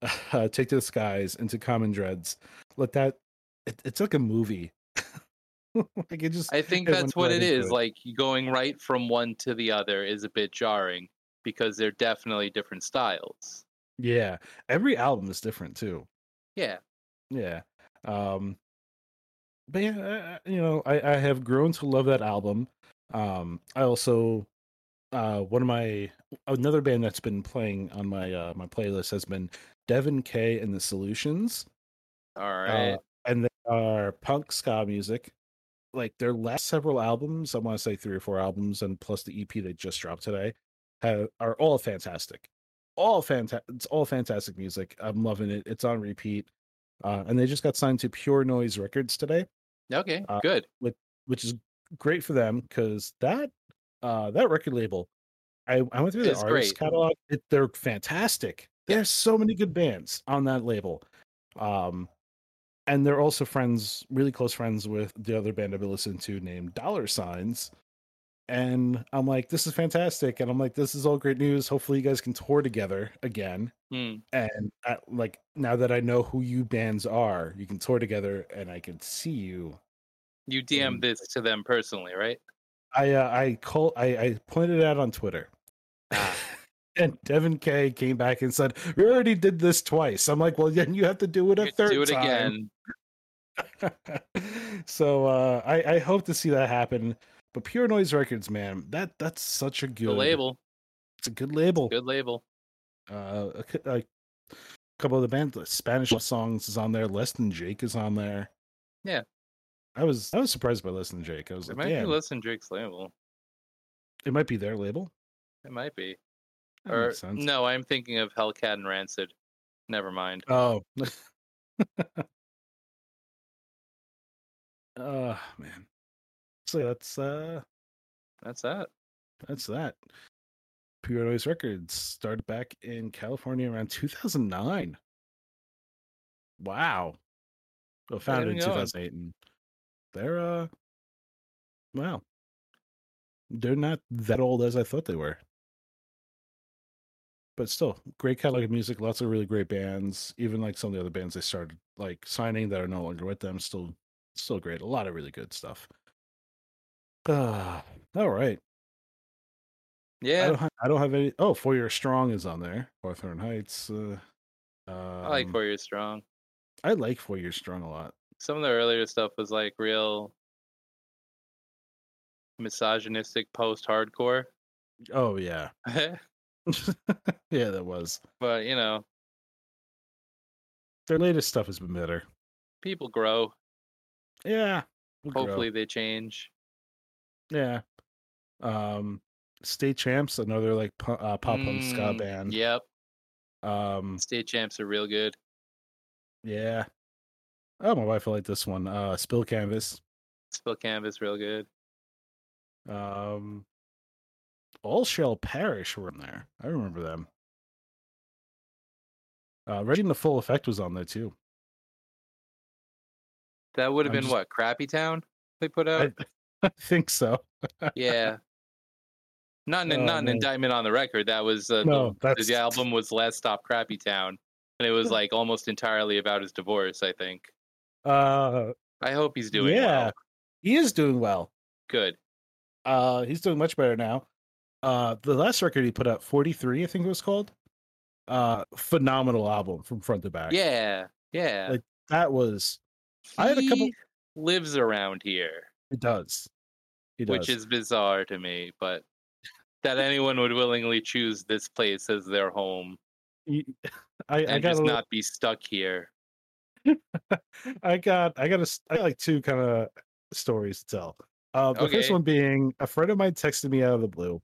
uh, Take to the Skies into Common Dreads, like that, it, it's like a movie. like it just
I think
it went
that's what
right
it
into
is. Like going right from one to the other is a bit jarring because they're definitely different styles.
Yeah, every album is different too.
Yeah.
Yeah. Um but yeah, I- I- you know, I I have grown to love that album. Um I also uh one of my another band that's been playing on my uh my playlist has been Devin K and the Solutions.
All right.
Uh, and they are punk ska music. Like their last several albums, I want to say three or four albums, and plus the EP they just dropped today, have, are all fantastic. All fantastic. It's all fantastic music. I'm loving it. It's on repeat. Uh, and they just got signed to Pure Noise Records today,
okay.
uh,
good.
which is great for them because that uh, that record label, I, I went through the
It's
artist
great.
catalog. It, they're fantastic. There's so many good bands on that label, um, and they're also friends, really close friends with the other band I've been listening to named Dollar Signs. And I'm like, this is fantastic, and I'm like, this is all great news. Hopefully, you guys can tour together again
Hmm.
and I, like now that I know who you bands are, you can tour together, and I can see you.
You DM
And-
this to them personally, right?
I uh, I call I, I pointed it out on Twitter,
Ah.
and Devin K came back and said, "We already did this twice." I'm like, "Well, then you have to do it a
You
third
do it
time."
again.
so uh, I I hope to see that happen. But Pure Noise Records, man, that that's such a good
The label.
It's a good label.
Good label.
Uh, a, cou- a couple of the band the Spanish songs is on there. Less than Jake is on there.
Yeah.
I was I was surprised by Less than Jake. I was
It
like,
might be
oh, damn,
less than Drake's label.
it might be their label.
It might be.
That
Or
makes sense.
no, I'm thinking of Hellcat and Rancid. Never mind.
Oh. Oh man. So that's uh
That's that.
that's that. Pure Noise Records started back in California around 2009. Wow. Well, founded in
going.
2008. And they're, uh, wow. They're not that old as I thought they were. But still, great catalog of music, lots of really great bands, even like some of the other bands they started like signing that are no longer with them. Still, still great. A lot of really good stuff. Uh, all right. I
Yeah,
don't, ha- I don't have any. Oh, Four Year Strong is on there. Hawthorne Heights. Uh,
I like
um,
Four Year Strong.
I like Four Year Strong a lot.
Some of the earlier stuff was like real misogynistic post hardcore.
Oh yeah, yeah, that was
but you know,
their latest stuff has been better.
people grow.
Yeah, we'll grow.
Hopefully they change.
yeah. Um, State Champs, another like pu- uh, pop punk ska
Mm,
band.
Yep.
Um,
State champs are real good.
yeah. Oh, my wife will like this one. Uh, Spill Canvas.
Spill Canvas real good.
Um, All Shall Perish were in there. I remember them. Uh, Ready in the Full Effect was on there too.
That would have
I'm
been
just-
what, Crappy Town they put
I-
out?
I think so.
yeah. Not an,
Oh,
not an
man.
indictment on the record. That was uh, the-
No,
the,
that's-
the album was Last Stop Crappy Town, and it was like almost entirely about his divorce. I think
Uh,
I hope he's doing
Yeah.
well.
he is doing well.
Good.
Uh, he's doing much better now. Uh, the last record he put out, 43, I think it was called. Uh, phenomenal album from front to back.
Yeah. Yeah.
Like, that was I had a couple-
He lives around here,
it. Does he does
which is bizarre to me, but that anyone would willingly choose this place as their home
He- I, I
and
got
just
a little,
not be stuck here.
I got I got a s- I got like two kind of stories to tell. Uh, the first
Okay.
one being a friend of mine texted me out of the blue,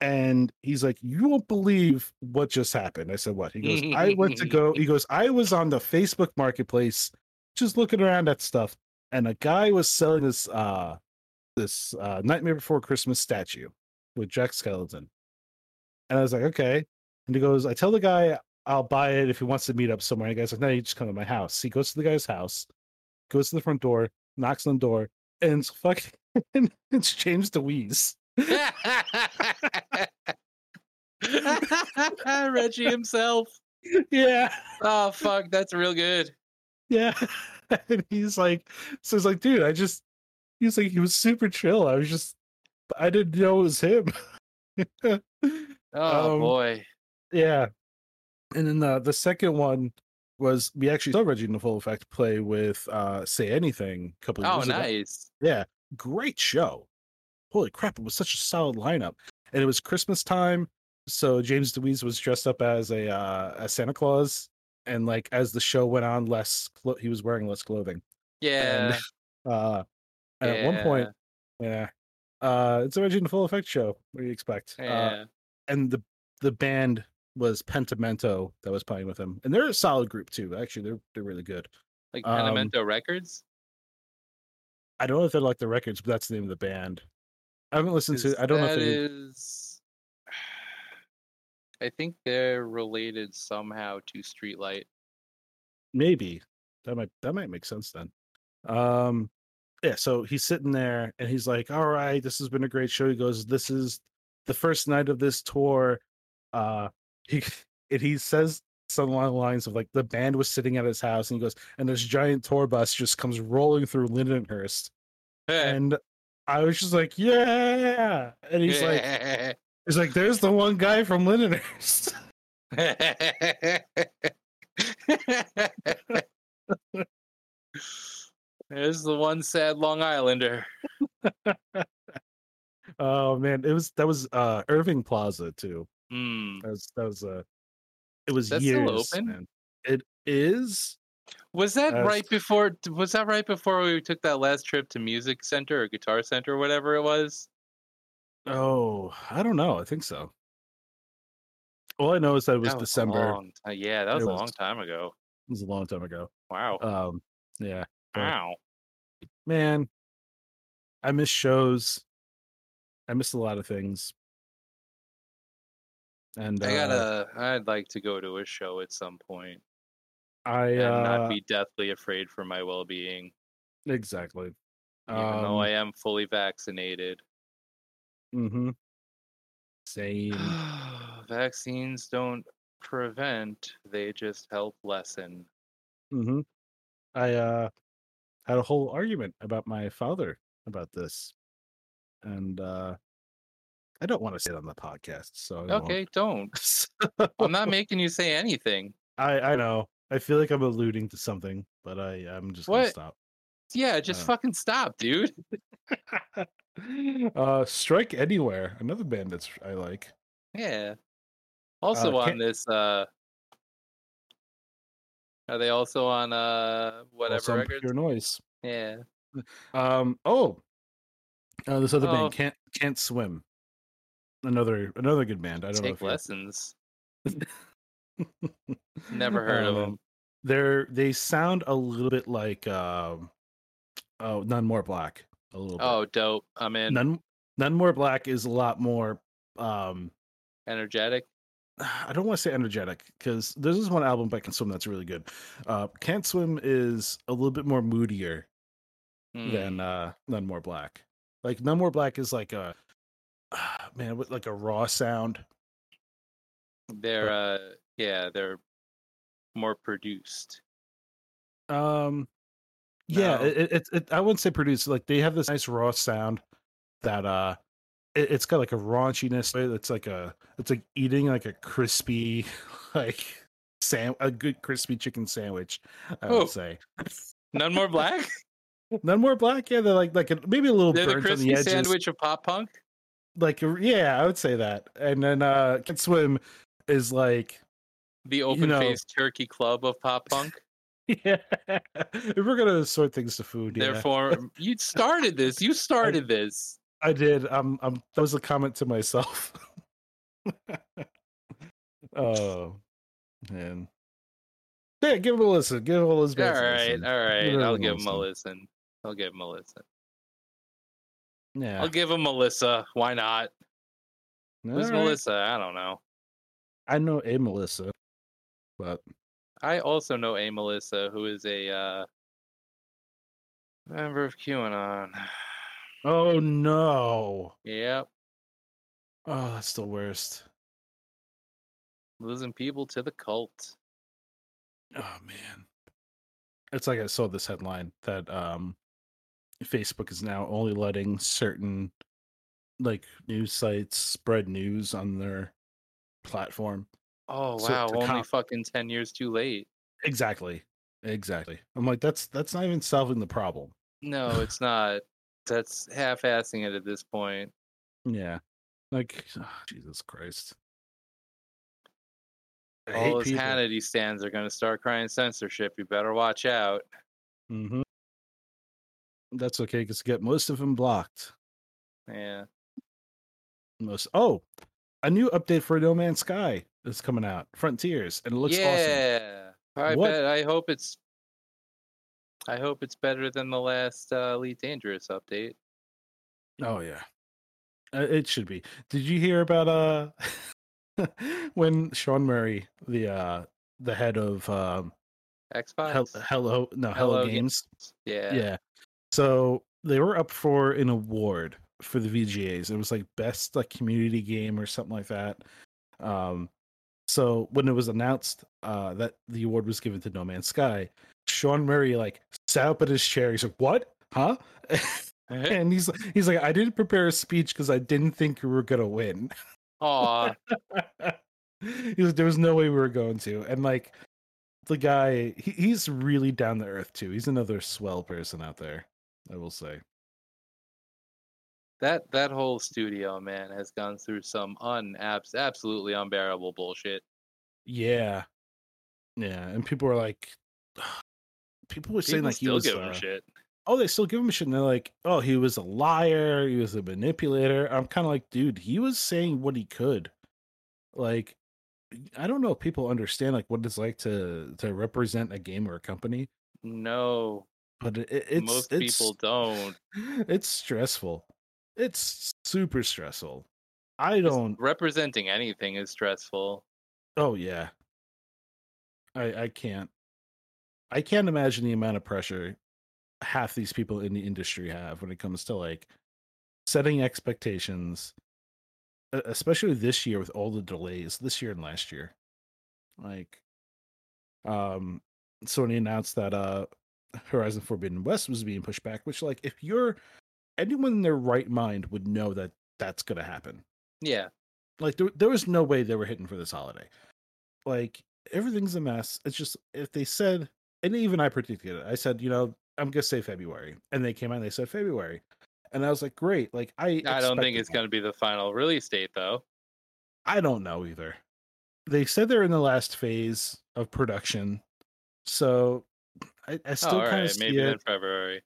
and he's like, "You won't believe what just happened." I said, "What?" He goes, "I went to go." He goes, "I was on the Facebook Marketplace, just looking around at stuff, and a guy was selling this uh this uh, Nightmare Before Christmas statue with Jack Skeleton." And I was like, okay. And he goes, I tell the guy I'll buy it if he wants to meet up somewhere. And the guy's like, no, you just come to my house. He goes to the guy's house, goes to the front door, knocks on the door, and it's fucking it's James DeWeese.
Reggie himself.
Yeah.
Oh fuck, that's real good.
Yeah. and he's like, so he's like, dude, I just he was like, he was super chill. I was just I didn't know it was him.
Oh
Um,
boy.
yeah. And then uh, the the second one was we actually saw Reggie in the full effect play with uh Say Anything a couple of
Oh
years ago.
nice.
Yeah, great show. Holy crap, it was such a solid lineup. And it was Christmas time, so James DeWeese was dressed up as a uh a Santa Claus and like as the show went on less clo- he was wearing less clothing.
Yeah.
Uh and at one point, yeah. Uh it's a Reggie in the Full Effect show. What do you expect? Uh,
yeah.
and the the band was Pentamento that was playing with him. And they're a solid group too. Actually, they're they're really good.
like
um,
Penamento Records?
I don't know if they like the records, but that's the name of the band. I haven't listened to
Is
I don't know if
that
they did-
is- I think they're related somehow to Streetlight.
maybe that might that might make sense then um yeah so he's sitting there and he's like all right this has been a great show he goes this is the first night of this tour uh he and he says some along the lines of like the band was sitting at his house and he goes and this giant tour bus just comes rolling through lindenhurst
Eh.
and i was just like yeah and he's like
eh,
he's like there's the one guy from lindenhurst
eh. There's the one sad Long Islander.
oh man it was that was uh irving plaza too
Hmm.
That was that was a. It was
that still
years.
open?
man. It is.
Was that
That's-
right before? Was that right before we took that last trip to Music Center or Guitar Center, or whatever it was?
Oh, I don't know. I think so. All I know is that it was,
That a
December.
long ti- yeah, that was
It
a
was-
long time ago.
It was a long time ago.
Wow.
Um, yeah, uh,
wow.
man, I miss shows. I miss a lot of things. And
I
uh,
gotta. I'd like to go to a show at some point
I
and
uh,
not be deathly afraid for my well-being,
exactly.
even though
Um,
I am fully vaccinated.
mhm. Same. hmm.
Vaccines don't prevent; they just help lessen.
Mm-hmm. I uh, had a whole argument about my father about this, and uh, I don't want to say it on the podcast. So I won't.
Okay, don't.
So,
I'm not making you say anything.
I I know. I feel like I'm alluding to something, but I I'm just
What?
gonna
Yeah, just
Uh.
fucking stop, dude.
stop. uh, Strike Anywhere, another band that's I like.
Yeah. Also
Uh,
on
can't-
this uh are they also on uh
also
whatever
on
records?
Pure Noise.
Yeah.
Um. Oh, uh, this other
Oh.
band can't can't swim. Another another good band. I don't know.
Take
if you-
lessons. Never heard
Oh,
of
man.
them.
they're they sound a little bit like um oh none more black a little
Oh, dope. I'm
bit
in.
none none more black is a lot more um
Energetic.
i don't want to say energetic because there's this one album by can swim that's really good uh can't swim is a little bit more moodier
Mm.
than uh none more black like none more black is like a man with like a raw sound
They're uh yeah, they're more produced.
um Yeah,
No.
it, it, it, it- I wouldn't say produced. Like they have this nice raw sound that uh, it, it's got like a raunchiness. to it. It's like a it's like eating like a crispy like sam a good crispy chicken sandwich. I
Oh.
would say
None more black.
none more black. Yeah, they're like like a, maybe a little
They're the
burnt on the
crispy
edges.
sandwich of pop punk.
Like a- yeah, I would say that. And then uh, can swim is like
The
know-
open faced turkey club of pop punk.
yeah. if we're gonna sort things to food, yeah.
Therefore, you started this. You started this.
I did. Um, um, that was a comment to myself. oh, man. Yeah, give him a listen. Give all those
All
bands. a
right,
listen.
all
Give
right.
it
I'll
a
give him a listen. I'll give him a listen.
Yeah.
I'll give him Melissa. Why not? Who's
All right.
Melissa? I don't know.
I know a Melissa, but
I also know a Melissa who is a uh, member of QAnon.
oh no,
yep,
oh that's the worst.
losing people to the cult.
Oh man, it's like I saw this headline that um, Facebook is now only letting certain like news sites spread news on their platform.
Oh
So
wow!
to
Only
com-
fucking ten years too late.
Exactly. Exactly. I'm like, that's that's not even solving the problem.
No, it's not. That's half-assing it at this point.
Yeah. Like ah, Jesus Christ. I hate
All those
people.
Hannity stands are gonna start crying censorship. You better watch out.
Mhm. That's okay because get most of them blocked.
Yeah.
Most. Oh, a new update for No Man's Sky is coming out. Frontiers, and it looks awesome.
yeah. I
What-
bet. I hope it's. I hope it's better than the last uh, Elite Dangerous update.
Oh yeah, uh, it should be. Did you hear about uh when Sean Murray, the uh the head of um,
Xbox.
Hel- Hello, no Hello
Hello Ga-
Games,
yeah.
Yeah. So they were up for an award for the VGAs. It was like best like community game or something like that. Um so when it was announced uh that the award was given to No Man's Sky, Sean Murray like sat up in his chair. He's like, "What? Huh?" and he's he's like, "I didn't prepare a speech because I didn't think we were gonna win."
Aw,
He was- there was no way we were going to. And like the guy, he, he's really down to earth too. He's another swell person out there, I will say.
that that whole studio man has gone through some un abs- absolutely unbearable bullshit.
Yeah, yeah. And people were like, people were saying
People
like he
still
was.
giving a
uh,
shit.
Oh, they still give him shit. And they're like, oh, he was a liar. He was a manipulator. I'm kind of like, dude, he was saying what he could. Like, I don't know if people understand like what it's like to to represent a game or a company,
No,
but it, it- it's
most
it's,
people don't.
it's stressful. It's super stressful. I
Just
don't.
Representing anything is stressful.
Oh yeah. I I can't. I can't imagine the amount of pressure half these people in the industry have when it comes to like setting expectations, e- especially this year with all the delays this year and last year. Like, um, Sony announced that uh, Horizon Forbidden West was being pushed back, which like if you're anyone in their right mind would know that that's gonna happen.
Yeah.
Like there, there was no way they were hitting for this holiday. Like everything's a mess. It's just if they said, and even I predicted it. I said, you know, I'm gonna say February, and they came out and they said February, and I was like, great. Like I,
I don't think
expected
it's
that.
going to be the final release date, though.
I don't know either. They said they're in the last phase of production, so I, I
Oh,
still
all
kind of
right,
see
maybe
it.
in February.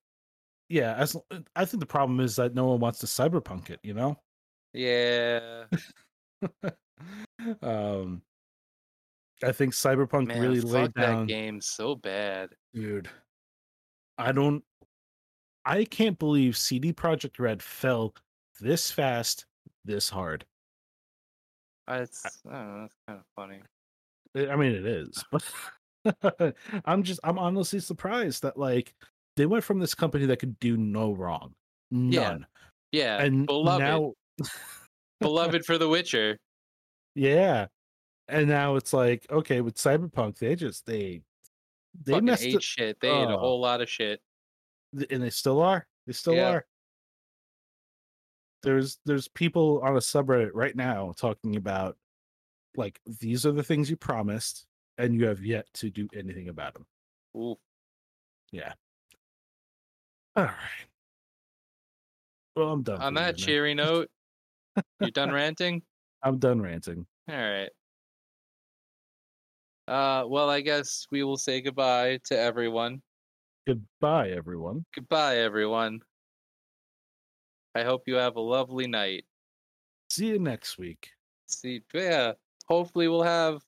Yeah, as, I think the problem is that no one wants to cyberpunk it. You know.
Yeah,
um, I think cyberpunk
man,
really laid
fuck
down.
that game so bad.
Dude, I don't I can't believe CD Project Red fell this fast, this hard.
I- It's I don't know, that's kind of funny.
I I mean it is, but I'm just I'm honestly surprised that like they went from this company that could do no wrong. None.
Yeah,
and
beloved,
now
beloved for The Witcher.
yeah. And now it's like, okay, with Cyberpunk, they just they they
fucking
messed
ate
it.
shit. They ate a
Oh.
whole lot of shit.
Th- and they still are. They still
Yeah.
are. There's there's people on a subreddit right now talking about like these are the things you promised and you have yet to do anything about them.
Ooh,
All right. Well, I'm done.
on
for the
that
evening.
cheery note, you're done ranting.
I'm done ranting.
All right. Uh, well, I guess we will say goodbye to everyone.
Goodbye, everyone.
Goodbye, everyone. I hope you have a lovely night.
See you next week.
See, yeah, hopefully we'll have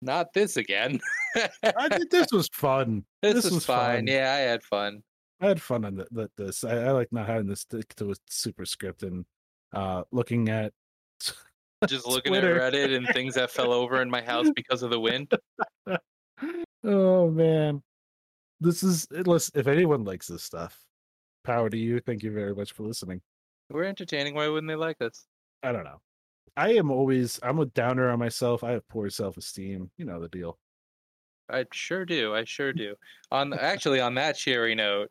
not this again.
I think this was fun.
this,
this
was,
was
fine.
fun.
Yeah, I had fun.
I had fun on th- th- this. I, I like not having to stick to a super script and uh, looking at.
Just looking
Twitter.
at Reddit and things that fell over in my house because of the wind.
Oh man, this is listen. If anyone likes this stuff, power to you. Thank you very much for listening.
We're entertaining. Why wouldn't they like us?
I don't know. I am always. I'm a downer on myself. I have poor self esteem. You know the deal.
I sure do. I sure do. On actually, on that cheery note,